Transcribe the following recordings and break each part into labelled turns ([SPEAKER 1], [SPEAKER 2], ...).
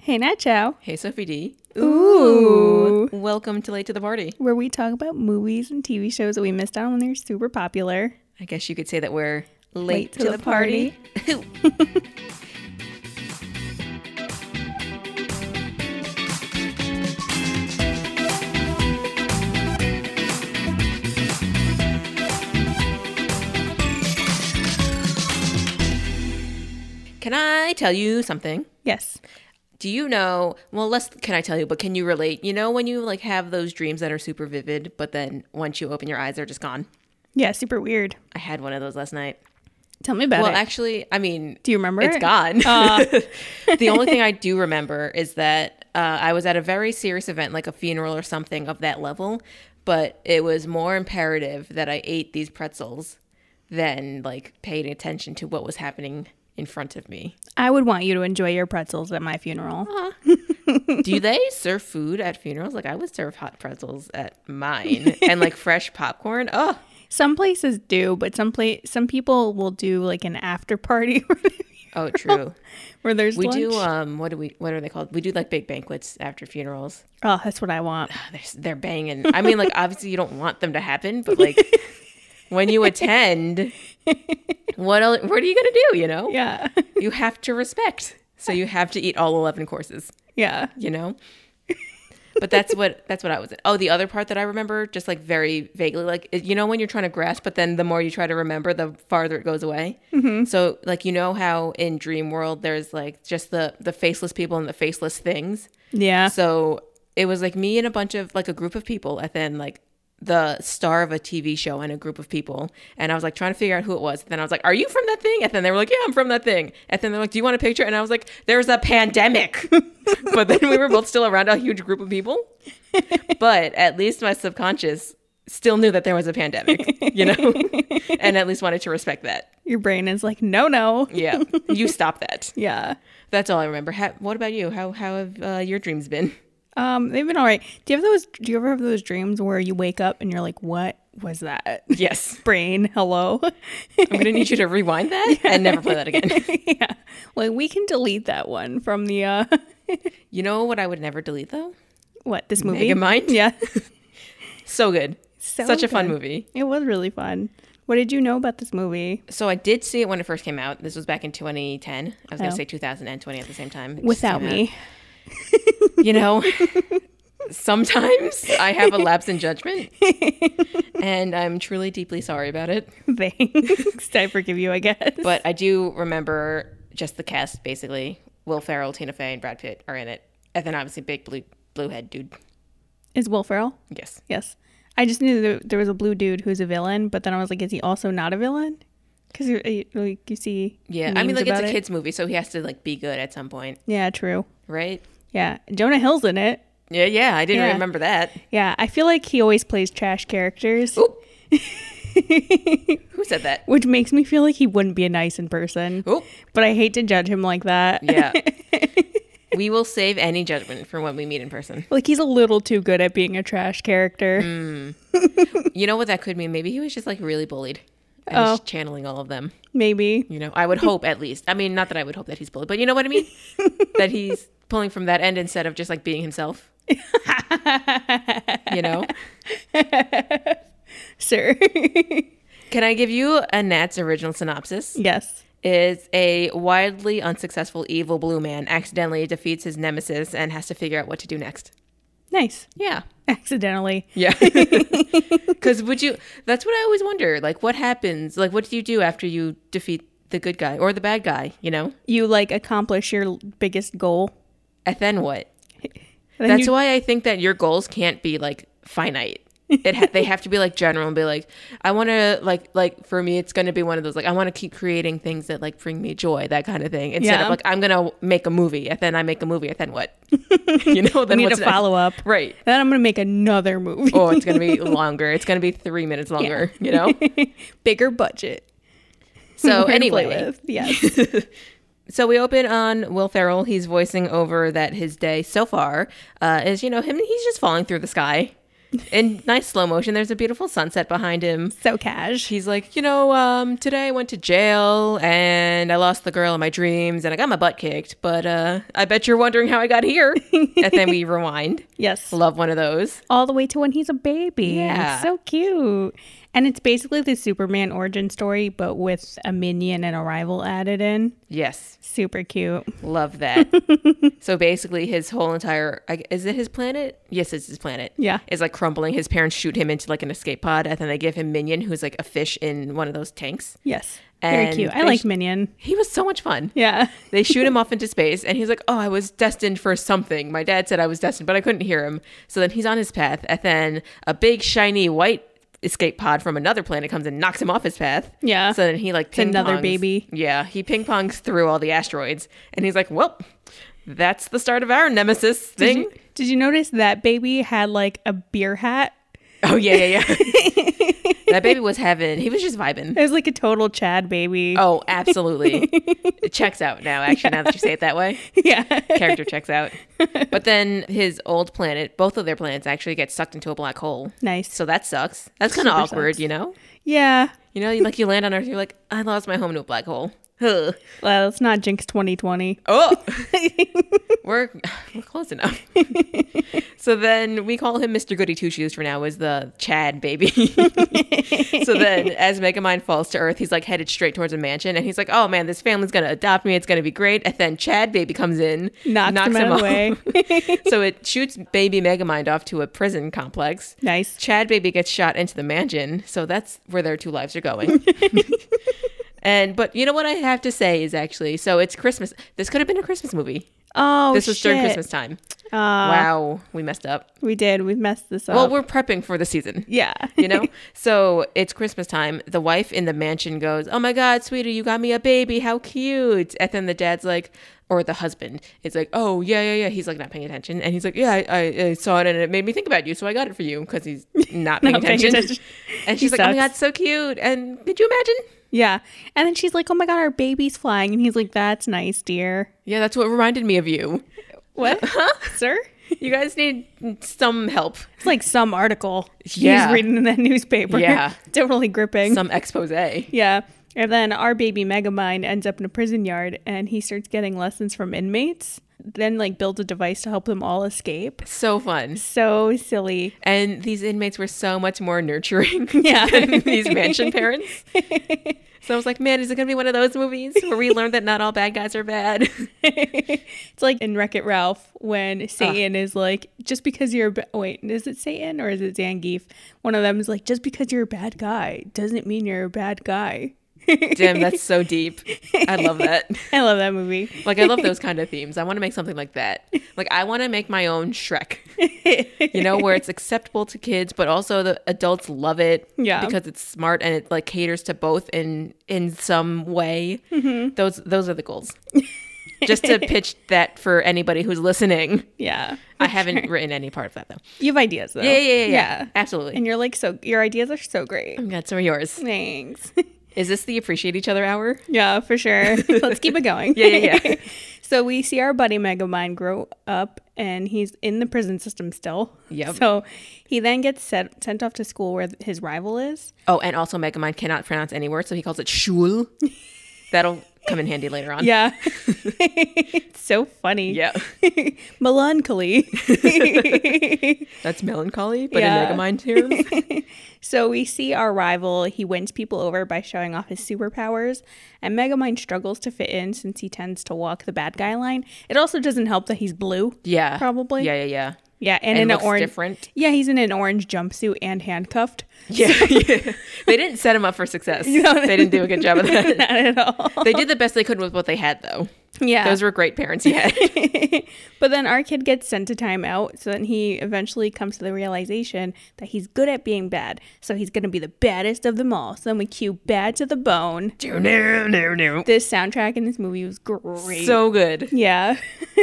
[SPEAKER 1] Hey Nat Chow,
[SPEAKER 2] Hey, Sophie D.
[SPEAKER 1] Ooh.
[SPEAKER 2] Welcome to Late to the Party.
[SPEAKER 1] where we talk about movies and TV shows that we missed out on when they're super popular.
[SPEAKER 2] I guess you could say that we're late,
[SPEAKER 1] Late
[SPEAKER 2] to,
[SPEAKER 1] to
[SPEAKER 2] the,
[SPEAKER 1] the
[SPEAKER 2] party. Can I tell you something?
[SPEAKER 1] Yes.
[SPEAKER 2] Do you know? Well, less can I tell you, but can you relate? You know when you like have those dreams that are super vivid, but then once you open your eyes, they're just gone.
[SPEAKER 1] Yeah, super weird.
[SPEAKER 2] I had one of those last night.
[SPEAKER 1] Tell me about
[SPEAKER 2] Well,
[SPEAKER 1] it.
[SPEAKER 2] actually, I mean,
[SPEAKER 1] Do you remember
[SPEAKER 2] It's
[SPEAKER 1] it?
[SPEAKER 2] gone. Uh, the only thing I do remember is that uh, I was at a very serious event, like a funeral or something of that level, but it was more imperative that I ate these pretzels than like paying attention to what was happening in front of me.
[SPEAKER 1] I would want you to enjoy your pretzels at my funeral.
[SPEAKER 2] Do they serve food at funerals? Like I would serve hot pretzels at mine and like fresh popcorn. Oh,
[SPEAKER 1] Some places do, but some pla- some people will do like an after party
[SPEAKER 2] oh, true.
[SPEAKER 1] where there's
[SPEAKER 2] We
[SPEAKER 1] lunch.
[SPEAKER 2] do. Um, what do we? What are they called? We do like big banquets after funerals.
[SPEAKER 1] oh, that's what I want.
[SPEAKER 2] they're, they're banging. I mean, like obviously you don't want them to happen, but like when you attend, what el what are you gonna do? You know,
[SPEAKER 1] Yeah.
[SPEAKER 2] you have to respect. So you have to eat all eleven courses.
[SPEAKER 1] yeah.
[SPEAKER 2] You know. But that's what that's what I was. Oh, the other part that I remember, just like very vaguely, like you know when you're trying to grasp, but then the more you try to remember, the farther it goes away. So like you know how in Dream World there's like just the the faceless people and the faceless things.
[SPEAKER 1] Yeah.
[SPEAKER 2] So it was like me and a bunch of like a group of people, and then like the star of a TV show and a group of people. And I was like trying to figure out who it was. then I was like, "Are you from that thing?" And then they were like, "Yeah, I'm from that thing." And then they're like, "Do you want a picture?" And I was like, "There's a pandemic." but then we were both still around a huge group of people. But at least my subconscious still knew that there was a pandemic, you know, and at least wanted to respect that.
[SPEAKER 1] Your brain is like, no, no.
[SPEAKER 2] Yeah, you stop that.
[SPEAKER 1] Yeah.
[SPEAKER 2] That's all I remember. How, what about you? How how have uh, your dreams been?
[SPEAKER 1] Um, they've been all right. Do you have those? Do you ever have those dreams where you wake up and you're like, what was that?
[SPEAKER 2] Yes.
[SPEAKER 1] Brain, hello.
[SPEAKER 2] I'm gonna need you to rewind that and never play that again.
[SPEAKER 1] yeah. Like we can delete that one from the uh
[SPEAKER 2] You know what I would never delete though?
[SPEAKER 1] what, this movie?
[SPEAKER 2] Megamind?
[SPEAKER 1] Yeah.
[SPEAKER 2] So good.
[SPEAKER 1] So
[SPEAKER 2] Such a fun
[SPEAKER 1] good.
[SPEAKER 2] movie.
[SPEAKER 1] It was really fun. What did you know about this movie?
[SPEAKER 2] So I did see it when it first came out. This was back in 2010. I was
[SPEAKER 1] Oh.
[SPEAKER 2] gonna say 2000 and 20 at the same time. It just
[SPEAKER 1] Without
[SPEAKER 2] came out.
[SPEAKER 1] me.
[SPEAKER 2] you know. Sometimes I have a lapse in judgment, and I'm truly deeply sorry about it.
[SPEAKER 1] Thanks. I forgive you, I guess.
[SPEAKER 2] But I do remember just the cast basically. Will Ferrell, Tina Fey, and Brad Pitt are in it, and then obviously big blue blue head dude.
[SPEAKER 1] Is Will Ferrell?
[SPEAKER 2] Yes,
[SPEAKER 1] Yes. I just knew that there was a blue dude who's a villain, but then I was like, is he also not a villain? Because like, you see.
[SPEAKER 2] yeah. I mean,
[SPEAKER 1] memes
[SPEAKER 2] like it's
[SPEAKER 1] about
[SPEAKER 2] a
[SPEAKER 1] it.
[SPEAKER 2] kids movie, so he has to like be good at some point,
[SPEAKER 1] Yeah, true.
[SPEAKER 2] right?
[SPEAKER 1] Yeah. Jonah Hill's in it.
[SPEAKER 2] Yeah, yeah, I didn't
[SPEAKER 1] Yeah.
[SPEAKER 2] remember that.
[SPEAKER 1] Yeah. I feel like he always plays trash characters,
[SPEAKER 2] Oop. Who said that? Oh,
[SPEAKER 1] which makes me feel like he wouldn't be a nice in person.
[SPEAKER 2] Oop.
[SPEAKER 1] But I hate to judge him like that.
[SPEAKER 2] Yeah. we will save any judgment for when we meet in person.
[SPEAKER 1] like he's a little too good at being a trash character.
[SPEAKER 2] Mm. You know what that could mean? Maybe he was just like really bullied and oh.
[SPEAKER 1] Oh.
[SPEAKER 2] channeling all of them.
[SPEAKER 1] Maybe.
[SPEAKER 2] You know, I would hope at least. I mean, not that I would hope that he's bullied, but you know what I mean? that he's pulling from that end instead of just like being himself. you know?
[SPEAKER 1] Sir.
[SPEAKER 2] Can I give you a Nat's original synopsis?
[SPEAKER 1] yes.
[SPEAKER 2] is a wildly unsuccessful evil blue man accidentally defeats his nemesis and has to figure out what to do next.
[SPEAKER 1] Nice.
[SPEAKER 2] Yeah.
[SPEAKER 1] Accidentally.
[SPEAKER 2] Yeah. Because would you, that's what I always wonder. Like, what happens? Like, what do you do after you defeat the good guy or the bad guy, you know?
[SPEAKER 1] You like accomplish your l- biggest goal.
[SPEAKER 2] And then what?
[SPEAKER 1] And then
[SPEAKER 2] that's
[SPEAKER 1] you-
[SPEAKER 2] why I think that your goals can't be like finite. It ha- they have to be like general and be like, I want to like like for me, it's going to be one of those like I want to keep creating things that like bring me joy, that kind of thing. Instead
[SPEAKER 1] Yeah.
[SPEAKER 2] of like I'm gonna make a movie and then I make a movie and then what? you know,
[SPEAKER 1] I
[SPEAKER 2] then
[SPEAKER 1] need
[SPEAKER 2] what's
[SPEAKER 1] a
[SPEAKER 2] next?
[SPEAKER 1] follow up.
[SPEAKER 2] right?
[SPEAKER 1] Then I'm going to make another movie.
[SPEAKER 2] Oh, it's gonna be longer. It's gonna be three minutes longer. You know.
[SPEAKER 1] Bigger budget.
[SPEAKER 2] So
[SPEAKER 1] More to play
[SPEAKER 2] anyway,
[SPEAKER 1] with. Yes.
[SPEAKER 2] so we open on Will Ferrell. He's voicing over that his day so far uh, is you know him. He's just falling through the sky. in nice slow motion. There's a beautiful sunset behind him.
[SPEAKER 1] So cash.
[SPEAKER 2] He's like, you know, um, today I went to jail and I lost the girl in my dreams and I got my butt kicked, but uh, I bet you're wondering how I got here. and then we rewind.
[SPEAKER 1] Yes.
[SPEAKER 2] Love one of those.
[SPEAKER 1] All the way to when he's a baby.
[SPEAKER 2] Yeah.
[SPEAKER 1] It's so cute. And it's basically the Superman origin story, but with a minion and a rival added in.
[SPEAKER 2] Yes,
[SPEAKER 1] Super cute.
[SPEAKER 2] love that. so basically, his whole entire I- is it his planet? Yes, it's his planet.
[SPEAKER 1] Yeah.
[SPEAKER 2] is like crumbling. His parents shoot him into like an escape pod, and then they give him Minion, who's like a fish in one of those tanks.
[SPEAKER 1] Yes. Very
[SPEAKER 2] And
[SPEAKER 1] cute. I
[SPEAKER 2] they
[SPEAKER 1] like
[SPEAKER 2] sh-
[SPEAKER 1] Minion.
[SPEAKER 2] He was so much fun.
[SPEAKER 1] Yeah.
[SPEAKER 2] They shoot him off into space, and he's like, "Oh, I was destined for something." My dad said I was destined, but I couldn't hear him. So then he's on his path, and then a big shiny white escape pod from another planet comes and knocks him off his path.
[SPEAKER 1] Yeah.
[SPEAKER 2] So then he like ping
[SPEAKER 1] another baby.
[SPEAKER 2] Yeah, he ping pongs through all the asteroids, and he's like, "Well, that's the start of our nemesis
[SPEAKER 1] Did
[SPEAKER 2] thing."
[SPEAKER 1] you, did you notice that baby had like a beer hat?
[SPEAKER 2] Oh yeah, yeah, yeah. that baby was heaven. He was just vibing.
[SPEAKER 1] It was like a total Chad baby.
[SPEAKER 2] Oh, absolutely. it checks out now. Actually, now that you say it that way.
[SPEAKER 1] Yeah.
[SPEAKER 2] character checks out. But then his old planet, both of their planets actually get sucked into a black hole.
[SPEAKER 1] nice.
[SPEAKER 2] So that sucks. That's kind of
[SPEAKER 1] Super
[SPEAKER 2] awkward,
[SPEAKER 1] sucks.
[SPEAKER 2] you know?
[SPEAKER 1] yeah.
[SPEAKER 2] You know, you- like you land on Earth, you're like, I lost my home to a black hole. Huh.
[SPEAKER 1] Well, it's not Jinx 2020.
[SPEAKER 2] Oh, we're, we're close enough. so then we call him Mr. Goody Two Shoes for now, is the Chad baby. so then as Megamind falls to Earth, he's like headed straight towards a mansion and he's like, oh man, this family's going to adopt me. It's going to be great. And then Chad baby comes in,
[SPEAKER 1] Knocks, him out of the way.
[SPEAKER 2] so it shoots baby Megamind off to a prison complex.
[SPEAKER 1] nice.
[SPEAKER 2] Chad baby gets shot into the mansion, so that's where their two lives are going. and but you know what I have to say is actually so it's Christmas. This could have been a Christmas movie.
[SPEAKER 1] Oh,
[SPEAKER 2] this was during
[SPEAKER 1] shit.
[SPEAKER 2] Christmas time.
[SPEAKER 1] Uh,
[SPEAKER 2] wow, we messed up. Uh,
[SPEAKER 1] We did. We messed this up.
[SPEAKER 2] Well, we're prepping for the season.
[SPEAKER 1] yeah.
[SPEAKER 2] You know? so it's Christmas time. The wife in the mansion goes, Oh my God, sweetie, you got me a baby. How cute. And then the dad's like, or the husband is like, Oh, yeah, yeah, yeah. He's like, not paying attention. And he's like, Yeah, I, I, I saw it and it made me think about you. So I got it for you because he's not paying
[SPEAKER 1] Not paying
[SPEAKER 2] attention.
[SPEAKER 1] attention.
[SPEAKER 2] and she's
[SPEAKER 1] He
[SPEAKER 2] like, Oh my
[SPEAKER 1] sucks.
[SPEAKER 2] God, so cute. And could you imagine?
[SPEAKER 1] yeah. And then she's like, "Oh my god, our baby's flying," and he's like, "That's nice, dear."
[SPEAKER 2] Yeah, that's what reminded me of you.
[SPEAKER 1] What, sir?
[SPEAKER 2] You guys need some help,
[SPEAKER 1] It's like some article. Yeah.
[SPEAKER 2] Yeah.
[SPEAKER 1] He's reading in that newspaper.
[SPEAKER 2] Yeah.
[SPEAKER 1] totally gripping.
[SPEAKER 2] some expose.
[SPEAKER 1] yeah. And then our baby Megamind ends up in a prison yard, and he starts getting lessons from inmates. Then like builds a device to help them all escape.
[SPEAKER 2] So fun.
[SPEAKER 1] So silly.
[SPEAKER 2] And these inmates were so much more nurturing
[SPEAKER 1] Yeah.
[SPEAKER 2] than these mansion parents. So I was like, man, is it going to be one of those movies where we learn that not all bad guys are bad?
[SPEAKER 1] it's like in Wreck It Ralph when Satan is like, just because you're a ba- wait, is it Satan or is it Zangief? One of them is like, just because you're a bad guy doesn't mean you're a bad guy.
[SPEAKER 2] Damn, that's so deep. I love that.
[SPEAKER 1] I love that movie.
[SPEAKER 2] Like, I love those kind of themes. I want to make something like that. Like, I want to make my own Shrek, you know, where it's acceptable to kids, but also the adults love it
[SPEAKER 1] Yeah.
[SPEAKER 2] because it's smart and it like caters to both in in some way. Those those are the goals. Just to pitch that for anybody who's listening.
[SPEAKER 1] Yeah,
[SPEAKER 2] I haven't written any part of that though.
[SPEAKER 1] you have ideas though.
[SPEAKER 2] Yeah, yeah, yeah, yeah. Absolutely.
[SPEAKER 1] And you're like, so your ideas are so great.
[SPEAKER 2] Oh my God, some of yours.
[SPEAKER 1] Thanks.
[SPEAKER 2] Is this the appreciate each other hour?
[SPEAKER 1] yeah, for sure. Let's keep it going.
[SPEAKER 2] Yeah, yeah, yeah.
[SPEAKER 1] So we see our buddy Megamind grow up and he's in the prison system still.
[SPEAKER 2] Yep.
[SPEAKER 1] So he then gets set, sent off to school where his rival is.
[SPEAKER 2] Oh, and also Megamind cannot pronounce any word, so he calls it shul. That'll come in handy later on.
[SPEAKER 1] Yeah. it's so funny.
[SPEAKER 2] Yeah.
[SPEAKER 1] Melancholy.
[SPEAKER 2] That's melancholy, but
[SPEAKER 1] Yeah.
[SPEAKER 2] in Megamind terms.
[SPEAKER 1] so we see our rival. He wins people over by showing off his superpowers, and Megamind struggles to fit in since he tends to walk the bad guy line. It also doesn't help that he's blue.
[SPEAKER 2] Yeah.
[SPEAKER 1] Probably.
[SPEAKER 2] Yeah, yeah, yeah.
[SPEAKER 1] Yeah, and,
[SPEAKER 2] And
[SPEAKER 1] in an
[SPEAKER 2] looks
[SPEAKER 1] orange.
[SPEAKER 2] different.
[SPEAKER 1] Yeah, he's in an orange jumpsuit and handcuffed.
[SPEAKER 2] Yeah, yeah. They didn't set him up for success.
[SPEAKER 1] know,
[SPEAKER 2] they didn't do a good job of that.
[SPEAKER 1] Not at all.
[SPEAKER 2] They did the best they could with what they had, though.
[SPEAKER 1] Yeah.
[SPEAKER 2] Those were great parents he had.
[SPEAKER 1] But then our kid gets sent to timeout, so then he eventually comes to the realization that he's good at being bad, so he's gonna be the baddest of them all. So then we cue "Bad to the Bone."
[SPEAKER 2] no, no, no.
[SPEAKER 1] This soundtrack in this movie was great.
[SPEAKER 2] So good.
[SPEAKER 1] yeah,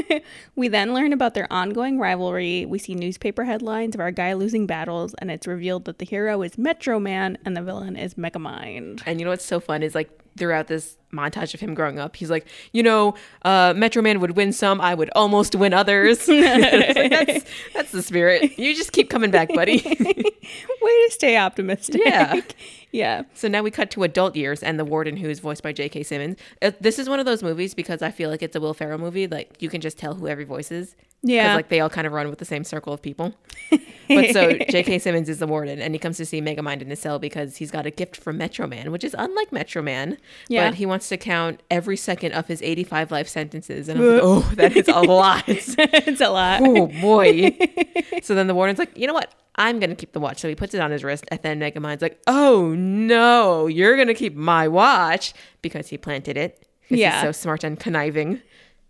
[SPEAKER 1] we then learn about their ongoing rivalry. We see newspaper headlines of our guy losing battles, and it's revealed that the hero is Metro Man and the villain is Megamind.
[SPEAKER 2] And you know what's so fun is like throughout this montage of him growing up. He's like, you know, uh, Metro Man would win some, I would almost win others. It's like, that's that's the spirit. You just keep coming back, buddy.
[SPEAKER 1] Way to stay optimistic.
[SPEAKER 2] Yeah.
[SPEAKER 1] yeah.
[SPEAKER 2] so now we cut to adult years, and the warden, who is voiced by J.K. Simmons. Uh, this is one of those movies because I feel like it's a Will Ferrell movie. Like you can just tell who every voice is. 'Cause,
[SPEAKER 1] Yeah.
[SPEAKER 2] like they all kind of run with the same circle of people. But so J.K. Simmons is the warden, and he comes to see Megamind in his cell because he's got a gift from Metro Man, which is unlike Metro Man.
[SPEAKER 1] Yeah.
[SPEAKER 2] But he wants to count every second of his 85 life sentences, and I'm like, oh, that is a lot.
[SPEAKER 1] it's a lot.
[SPEAKER 2] oh boy. so then the warden's like, you know what? I'm gonna keep the watch. So he puts it on his wrist, and then Megamind's like, oh no, you're gonna keep my watch because he planted it. 'Cause
[SPEAKER 1] Yeah.
[SPEAKER 2] He's so smart and conniving.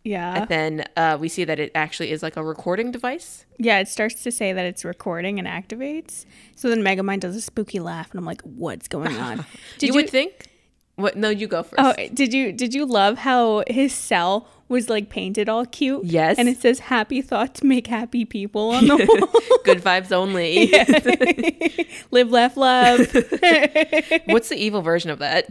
[SPEAKER 1] Yeah.
[SPEAKER 2] And then uh, we see that it actually is like a recording device.
[SPEAKER 1] Yeah, it starts to say that it's recording and activates. So then Megamind does a spooky laugh, and I'm like, "What's going on?" Did
[SPEAKER 2] you, would think. What? No, you go first.
[SPEAKER 1] Oh, did you did you love how his cell was like painted all cute?
[SPEAKER 2] Yes.
[SPEAKER 1] and it says "Happy thoughts make happy people" on the wall.
[SPEAKER 2] Good vibes only.
[SPEAKER 1] Live, laugh, love.
[SPEAKER 2] What's the evil version of that?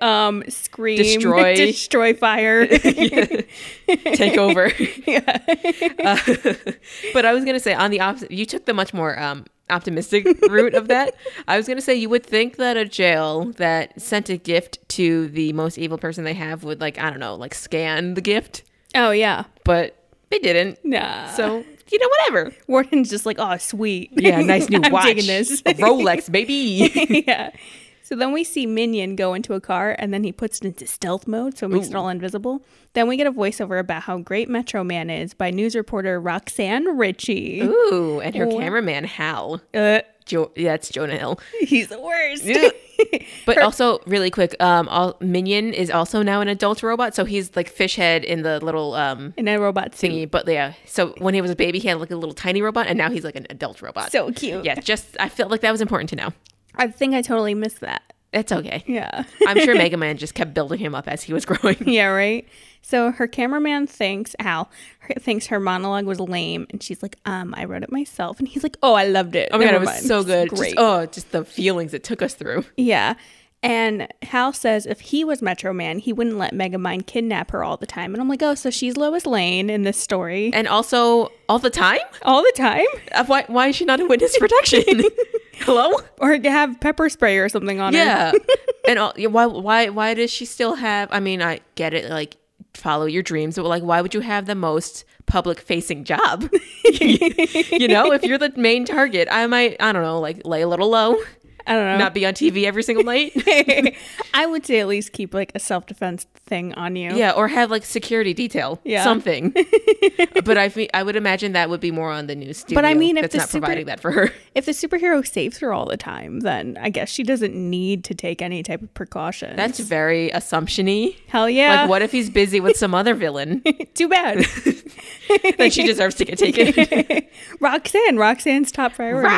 [SPEAKER 1] um, scream,
[SPEAKER 2] Destroy.
[SPEAKER 1] destroy fire.
[SPEAKER 2] Take over. Uh, but I was gonna say on the opposite, you took the much more um, optimistic route of that. I was gonna say you would think that a jail that sent a gift to the most evil person they have would like I don't know, like scan the gift,
[SPEAKER 1] oh yeah,
[SPEAKER 2] but they didn't.
[SPEAKER 1] nah.
[SPEAKER 2] So you know, whatever.
[SPEAKER 1] Warden's just like, "Oh, sweet,
[SPEAKER 2] Yeah, nice new
[SPEAKER 1] I'm
[SPEAKER 2] watch.
[SPEAKER 1] digging this.
[SPEAKER 2] A Rolex, baby.
[SPEAKER 1] yeah. So then we see Minion go into a car and then he puts it into stealth mode, so it makes it all invisible. Then we get a voiceover about how great Metro Man is by news reporter Roxanne Ritchie.
[SPEAKER 2] Ooh, and her cameraman Hal.
[SPEAKER 1] Uh,
[SPEAKER 2] Jo- yeah, it's Jonah Hill.
[SPEAKER 1] he's the worst.
[SPEAKER 2] But also, really quick, um, all, Minion is also now an adult robot, so he's like fish head in the little um
[SPEAKER 1] In a robot suit.
[SPEAKER 2] thingy. But yeah, so when he was a baby, he had like a little tiny robot, and now he's like an adult robot.
[SPEAKER 1] So cute.
[SPEAKER 2] yeah, just I felt like that was important to know.
[SPEAKER 1] I think I totally missed that.
[SPEAKER 2] It's okay.
[SPEAKER 1] Yeah.
[SPEAKER 2] I'm sure Mega Man just kept building him up as he was growing.
[SPEAKER 1] yeah, right? So her cameraman thinks, Al, her, thinks her monologue was lame. And she's like, um, I wrote it myself. And he's like, oh, I loved it.
[SPEAKER 2] Oh my god, it
[SPEAKER 1] Never
[SPEAKER 2] was
[SPEAKER 1] mind.
[SPEAKER 2] so
[SPEAKER 1] It's
[SPEAKER 2] good.
[SPEAKER 1] Great.
[SPEAKER 2] Just, oh, just the feelings it took us through.
[SPEAKER 1] Yeah. And Hal says if he was Metro Man, he wouldn't let Megamind kidnap her all the time. And I'm like, oh, so she's Lois Lane in this story
[SPEAKER 2] And also, all the time.
[SPEAKER 1] all the time?
[SPEAKER 2] Uh, Why? Why is she not in witness protection? Hello.
[SPEAKER 1] Or to have pepper spray or something on her.
[SPEAKER 2] Yeah. and all, yeah, why why why does she still have I mean, I get it like follow your dreams, but like why would you have the most public facing job? you know, if you're the main target, I might I don't know, like lay a little low,
[SPEAKER 1] I don't know.
[SPEAKER 2] not be on TV every single night.
[SPEAKER 1] I would say at least keep like a self defense thing on you.
[SPEAKER 2] yeah, or have like security detail,
[SPEAKER 1] Yeah.
[SPEAKER 2] something. but I fe- I would imagine that would be more on the news studio.
[SPEAKER 1] But I mean, if
[SPEAKER 2] that's
[SPEAKER 1] the
[SPEAKER 2] not
[SPEAKER 1] super-
[SPEAKER 2] providing that for her.
[SPEAKER 1] If the superhero saves her all the time, then I guess she doesn't need to take any type of precaution.
[SPEAKER 2] That's very assumptiony.
[SPEAKER 1] Hell yeah.
[SPEAKER 2] Like what if he's busy with some other villain?
[SPEAKER 1] Too bad.
[SPEAKER 2] then she deserves to get taken.
[SPEAKER 1] Roxanne, Roxanne's top priority.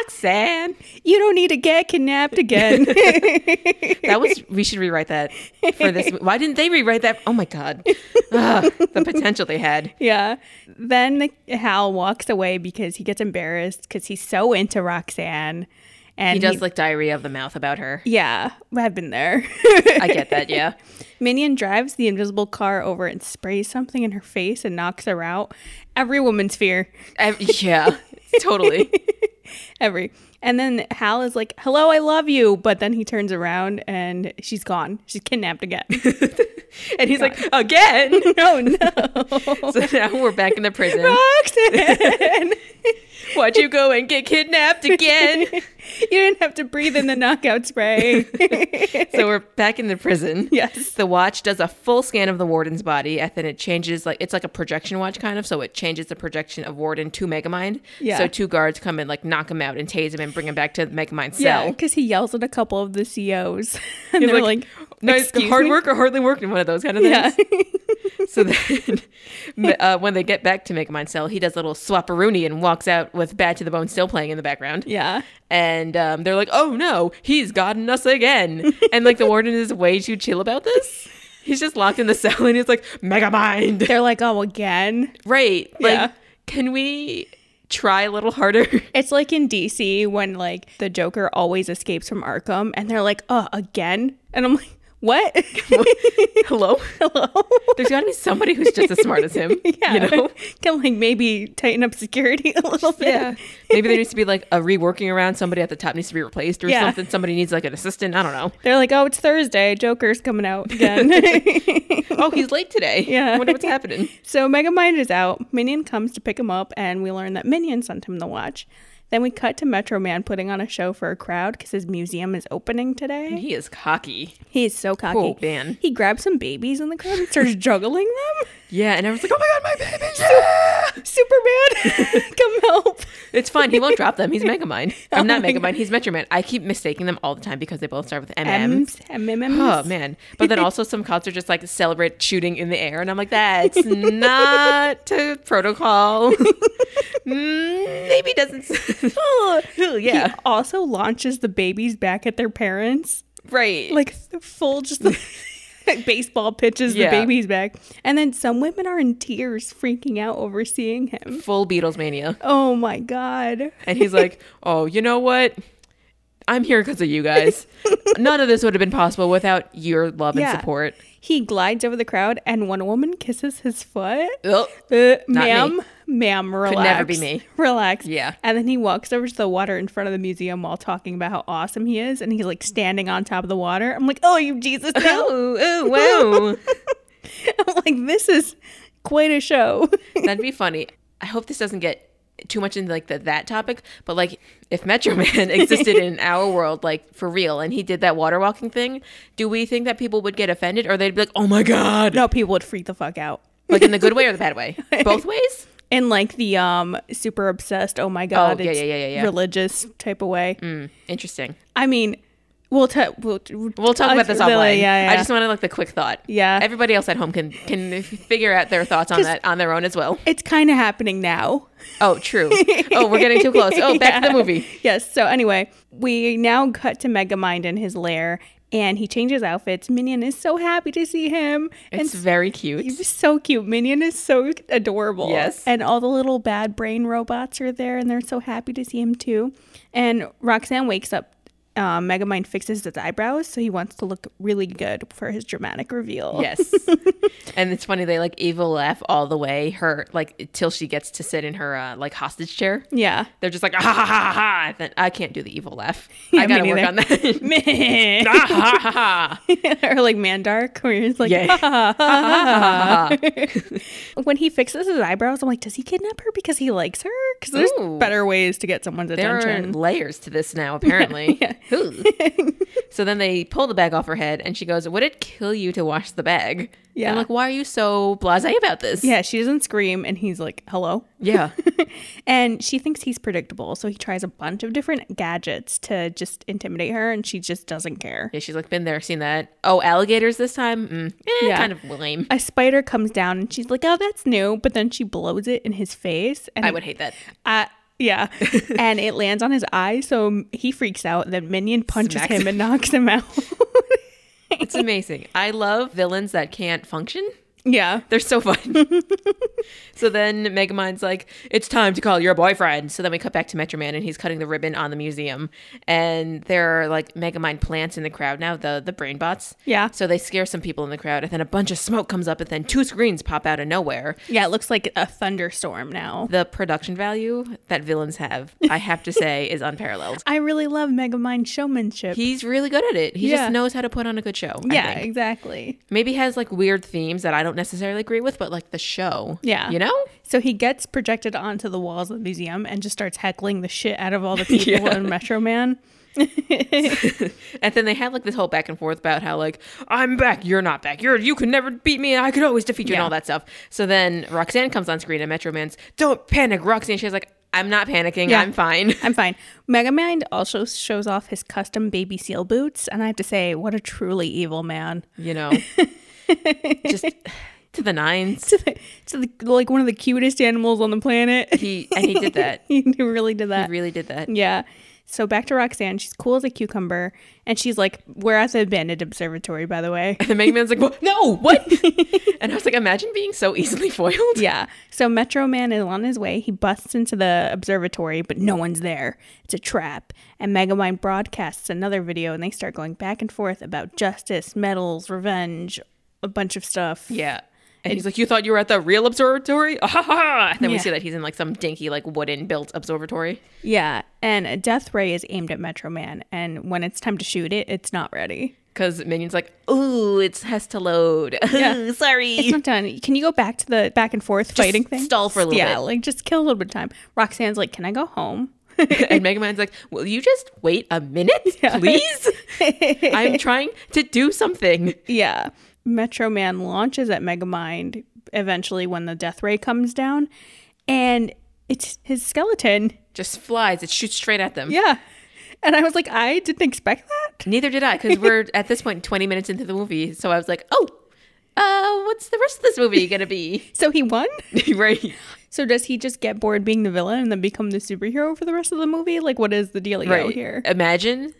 [SPEAKER 2] Roxanne.
[SPEAKER 1] you don't need to get kidnapped again.
[SPEAKER 2] That was we should rewrite that for this. Why didn't they rewrite that? Oh my god, Ugh, the potential they had.
[SPEAKER 1] Yeah. Then Hal walks away because he gets embarrassed because he's so into Roxanne. And
[SPEAKER 2] He does like diarrhea of the mouth about her.
[SPEAKER 1] Yeah, I've been there.
[SPEAKER 2] I get that. Yeah,
[SPEAKER 1] Minion drives the invisible car over and sprays something in her face and knocks her out. Every woman's fear.
[SPEAKER 2] I- yeah, totally.
[SPEAKER 1] Every. And then Hal is like, hello, I love you. But then he turns around and she's gone. She's kidnapped again.
[SPEAKER 2] And he's like again.
[SPEAKER 1] oh, no.
[SPEAKER 2] So now we're back in the prison.
[SPEAKER 1] Roxanne,
[SPEAKER 2] Why'd you go and get kidnapped again?
[SPEAKER 1] you didn't have to breathe in the knockout spray.
[SPEAKER 2] So we're back in the prison.
[SPEAKER 1] Yes.
[SPEAKER 2] The watch does a full scan of the warden's body, and then it changes like it's like a projection watch kind of. So it changes the projection of warden to Megamind.
[SPEAKER 1] Yeah.
[SPEAKER 2] So two guards come and like knock him out and tase him and bring him back to Megamind's
[SPEAKER 1] Yeah,
[SPEAKER 2] cell.
[SPEAKER 1] because he yells at a couple of the CEOs, and
[SPEAKER 2] He's
[SPEAKER 1] they're like,
[SPEAKER 2] nice
[SPEAKER 1] "Excuse
[SPEAKER 2] hard
[SPEAKER 1] me?"
[SPEAKER 2] work or hardly work in one of those kind of
[SPEAKER 1] Yeah,
[SPEAKER 2] things. So then, me- uh, when they get back to Megamind's cell, he does a little swapperoonie and walks out with Bad to the Bone still playing in the background.
[SPEAKER 1] yeah,
[SPEAKER 2] And um, they're like, "Oh no, he's gotten us again!" And like the warden is way too chill about this. He's just locked in the cell and he's like, "Megamind."
[SPEAKER 1] they're like, "Oh, again."
[SPEAKER 2] Right. Like,
[SPEAKER 1] Yeah.
[SPEAKER 2] can we try a little harder?
[SPEAKER 1] It's like in DC when like the Joker always escapes from Arkham, and they're like, "Oh, again," and I'm like, What?
[SPEAKER 2] Hello?
[SPEAKER 1] Hello?
[SPEAKER 2] There's got to be somebody who's just as smart as him.
[SPEAKER 1] yeah.
[SPEAKER 2] You know?
[SPEAKER 1] Can like maybe tighten up security a little bit.
[SPEAKER 2] Yeah. Maybe there needs to be like a reworking around. Somebody at the top needs to be replaced or
[SPEAKER 1] Yeah.
[SPEAKER 2] something. Somebody needs like an assistant. I don't know.
[SPEAKER 1] They're like, oh, it's Thursday. Joker's coming out again.
[SPEAKER 2] Oh, he's late today.
[SPEAKER 1] Yeah.
[SPEAKER 2] I wonder what's happening.
[SPEAKER 1] so Megamind is out. Minion comes to pick him up, and we learn that Minion sent him the watch. Then we cut to Metro Man putting on a show for a crowd because his museum is opening today.
[SPEAKER 2] He is cocky.
[SPEAKER 1] He is so cocky.
[SPEAKER 2] Oh, Mm-hmm. man.
[SPEAKER 1] He grabs some babies in the crowd and starts juggling them.
[SPEAKER 2] Yeah. And everyone's like, oh my God, my baby. Yeah!
[SPEAKER 1] Superman, come help.
[SPEAKER 2] It's fine. He won't drop them. He's Megamind. I'm not
[SPEAKER 1] Oh my
[SPEAKER 2] Megamind. He's Metroman. I keep mistaking them all the time because they both start with MM.
[SPEAKER 1] M's, M-M-M's.
[SPEAKER 2] Oh man! But then also some cops are just like celebrate shooting in the air, and I'm like, that's not a protocol. Mm, Maybe doesn't. Ooh, yeah,
[SPEAKER 1] He also launches the babies back at their parents.
[SPEAKER 2] right.
[SPEAKER 1] Like th- full just like baseball pitches
[SPEAKER 2] Yeah.
[SPEAKER 1] the babies back. And then some women are in tears freaking out over seeing him.
[SPEAKER 2] full Beatles mania.
[SPEAKER 1] Oh my god.
[SPEAKER 2] And he's like, oh, you know what? I'm here because of you guys. None of this would have been possible without your love
[SPEAKER 1] Yeah.
[SPEAKER 2] and support.
[SPEAKER 1] He glides over the crowd and one woman kisses his foot.
[SPEAKER 2] Oh,
[SPEAKER 1] Uh,
[SPEAKER 2] Not me.
[SPEAKER 1] ma'am, ma'am, relax.
[SPEAKER 2] never be me.
[SPEAKER 1] Relax.
[SPEAKER 2] Yeah.
[SPEAKER 1] And then he walks over to the water in front of the museum while talking about how awesome he is, and he's like standing on top of the water. I'm like, oh, you Jesus! No.
[SPEAKER 2] oh, oh, wow.
[SPEAKER 1] I'm like, this is quite a show.
[SPEAKER 2] That'd be funny. I hope this doesn't get too much into like the, that topic, but like if Metro Man existed in our world, like for real, and he did that water walking thing, do we think that people would get offended or they'd be like, oh my God?
[SPEAKER 1] no, people would freak the fuck out.
[SPEAKER 2] Like in the good way or the bad way? Both ways?
[SPEAKER 1] In like the um super obsessed, oh my god,
[SPEAKER 2] yeah,
[SPEAKER 1] it's
[SPEAKER 2] yeah, yeah, yeah, yeah.
[SPEAKER 1] religious type of way.
[SPEAKER 2] Hmm, interesting.
[SPEAKER 1] I mean, we'll t- we'll,
[SPEAKER 2] We'll talk about this offline.
[SPEAKER 1] Uh, Yeah, yeah.
[SPEAKER 2] I just wanted like the quick thought.
[SPEAKER 1] Yeah.
[SPEAKER 2] Everybody else at home can can figure out their thoughts on
[SPEAKER 1] 'Cause-
[SPEAKER 2] that on their own as well.
[SPEAKER 1] it's kind of happening now.
[SPEAKER 2] Oh, true. oh, we're getting too close. Oh, back to the
[SPEAKER 1] Yeah.
[SPEAKER 2] movie.
[SPEAKER 1] Yes. So anyway, we now cut to Megamind in his lair, and he changes outfits. Minion is so happy to see him, and
[SPEAKER 2] It's very cute.
[SPEAKER 1] he's so cute. Minion is so adorable.
[SPEAKER 2] Yes.
[SPEAKER 1] And all the little bad brain robots are there, and they're so happy to see him too. And Roxanne wakes up. Uh, Megamind fixes his eyebrows, so he wants to look really good for his dramatic reveal.
[SPEAKER 2] Yes. and it's funny they like evil laugh all the way her like till she gets to sit in her uh, like hostage chair.
[SPEAKER 1] Yeah.
[SPEAKER 2] They're just like ah, ha ha ha ha. And Then I can't do the evil laugh.
[SPEAKER 1] me
[SPEAKER 2] I gotta work
[SPEAKER 1] neither.
[SPEAKER 2] on that.
[SPEAKER 1] Man.
[SPEAKER 2] ah, ha, ha, ha.
[SPEAKER 1] or like Mandark, where he's like,
[SPEAKER 2] Yeah.
[SPEAKER 1] when he fixes his eyebrows, I'm like, does he kidnap her because he likes her? Because there's
[SPEAKER 2] Ooh.
[SPEAKER 1] better ways to get someone's
[SPEAKER 2] There are
[SPEAKER 1] attention.
[SPEAKER 2] layers to this now, apparently.
[SPEAKER 1] Yeah.
[SPEAKER 2] Ooh. so then they pull the bag off her head, and she goes, "Would it kill you to wash the bag?"
[SPEAKER 1] Yeah.
[SPEAKER 2] I'm like, why are you so blasé about this?
[SPEAKER 1] yeah, she doesn't scream, and he's like, hello.
[SPEAKER 2] Yeah.
[SPEAKER 1] and she thinks he's predictable, so he tries a bunch of different gadgets to just intimidate her, and she just doesn't care.
[SPEAKER 2] Yeah, She's like, been there, seen that. Oh, alligators this time. Mm. Eh,
[SPEAKER 1] Yeah.
[SPEAKER 2] Kind of lame.
[SPEAKER 1] A spider comes down, and she's like, oh, that's new. But then she blows it in his face. And
[SPEAKER 2] I would hate that.
[SPEAKER 1] Uh, yeah. and it lands on his eye, so he freaks out. Then Minion punches
[SPEAKER 2] Smacks
[SPEAKER 1] him and knocks him out.
[SPEAKER 2] It's amazing. I love villains that can't function.
[SPEAKER 1] yeah.
[SPEAKER 2] They're so fun. so then Megamind's like, it's time to call your boyfriend. So then we cut back to Metro Man and he's cutting the ribbon on the museum. And there are like Megamind plants in the crowd now, the, the brain bots.
[SPEAKER 1] Yeah.
[SPEAKER 2] So they scare some people in the crowd. And then a bunch of smoke comes up and then two screens pop out of nowhere.
[SPEAKER 1] Yeah, it looks like a thunderstorm now.
[SPEAKER 2] The production value that villains have, I have to say, is unparalleled.
[SPEAKER 1] I really love Megamind showmanship.
[SPEAKER 2] He's really good at it. He
[SPEAKER 1] Yeah.
[SPEAKER 2] just knows how to put on a good show. I
[SPEAKER 1] yeah,
[SPEAKER 2] think.
[SPEAKER 1] exactly.
[SPEAKER 2] maybe has like weird themes that I don't necessarily agree with, but like the show.
[SPEAKER 1] Yeah.
[SPEAKER 2] You know?
[SPEAKER 1] So he gets projected onto the walls of the museum and just starts heckling the shit out of all the people
[SPEAKER 2] Yeah.
[SPEAKER 1] in Metro Man.
[SPEAKER 2] And then they had like this whole back and forth about how like I'm back, you're not back, you're you could never beat me, and I could always defeat you, and
[SPEAKER 1] Yeah.
[SPEAKER 2] all that stuff. So then Roxanne comes on screen and Metro Man's don't panic, Roxanne. She's like, I'm not panicking,
[SPEAKER 1] Yeah.
[SPEAKER 2] I'm fine.
[SPEAKER 1] I'm fine. Megamind also shows off his custom baby seal boots, and I have to say, what a truly evil man.
[SPEAKER 2] You know, just to the nines.
[SPEAKER 1] It's like- like one of the cutest animals on the planet.
[SPEAKER 2] He and he did that.
[SPEAKER 1] he really did that.
[SPEAKER 2] He really did that.
[SPEAKER 1] Yeah. So back to Roxanne. She's cool as a cucumber. And she's like, we're at the abandoned observatory, by the way.
[SPEAKER 2] And the Mega Man's like, "Wha- no, what? and I was like, imagine being so easily foiled.
[SPEAKER 1] yeah. So Metro Man is on his way. He busts into the observatory, but no one's there. It's a trap. And Megamind broadcasts another video and they start going back and forth about justice, medals, revenge, a bunch of stuff.
[SPEAKER 2] Yeah. And he's like, you thought you were at the real observatory? Ah, ha, ha. And then we
[SPEAKER 1] Yeah.
[SPEAKER 2] see that he's in like some dinky, like wooden built observatory.
[SPEAKER 1] Yeah. And a death ray is aimed at Metro Man. And when it's time to shoot it, it's not ready.
[SPEAKER 2] Because Minion's like, ooh, it has to load.
[SPEAKER 1] Yeah.
[SPEAKER 2] Sorry.
[SPEAKER 1] It's not done. Can you go back to the back and forth fighting thing?
[SPEAKER 2] stall for a little
[SPEAKER 1] yeah,
[SPEAKER 2] bit.
[SPEAKER 1] like just kill a little bit of time. Roxanne's like, can I go home?
[SPEAKER 2] and Mega Man's like, will you just wait a minute,
[SPEAKER 1] Yeah.
[SPEAKER 2] please? I'm trying to do something.
[SPEAKER 1] Yeah. Metro Man launches at Megamind eventually when the death ray comes down, and it's his skeleton.
[SPEAKER 2] Just flies. It shoots straight at them.
[SPEAKER 1] Yeah. And I was like, I didn't expect that.
[SPEAKER 2] Neither did I, because we're at this point 20 minutes into the movie. So I was like, oh, uh, what's the rest of this movie going to be?
[SPEAKER 1] So he won?
[SPEAKER 2] right.
[SPEAKER 1] So does he just get bored being the villain and then become the superhero for the rest of the movie? Like, what is the dealio here?
[SPEAKER 2] Imagine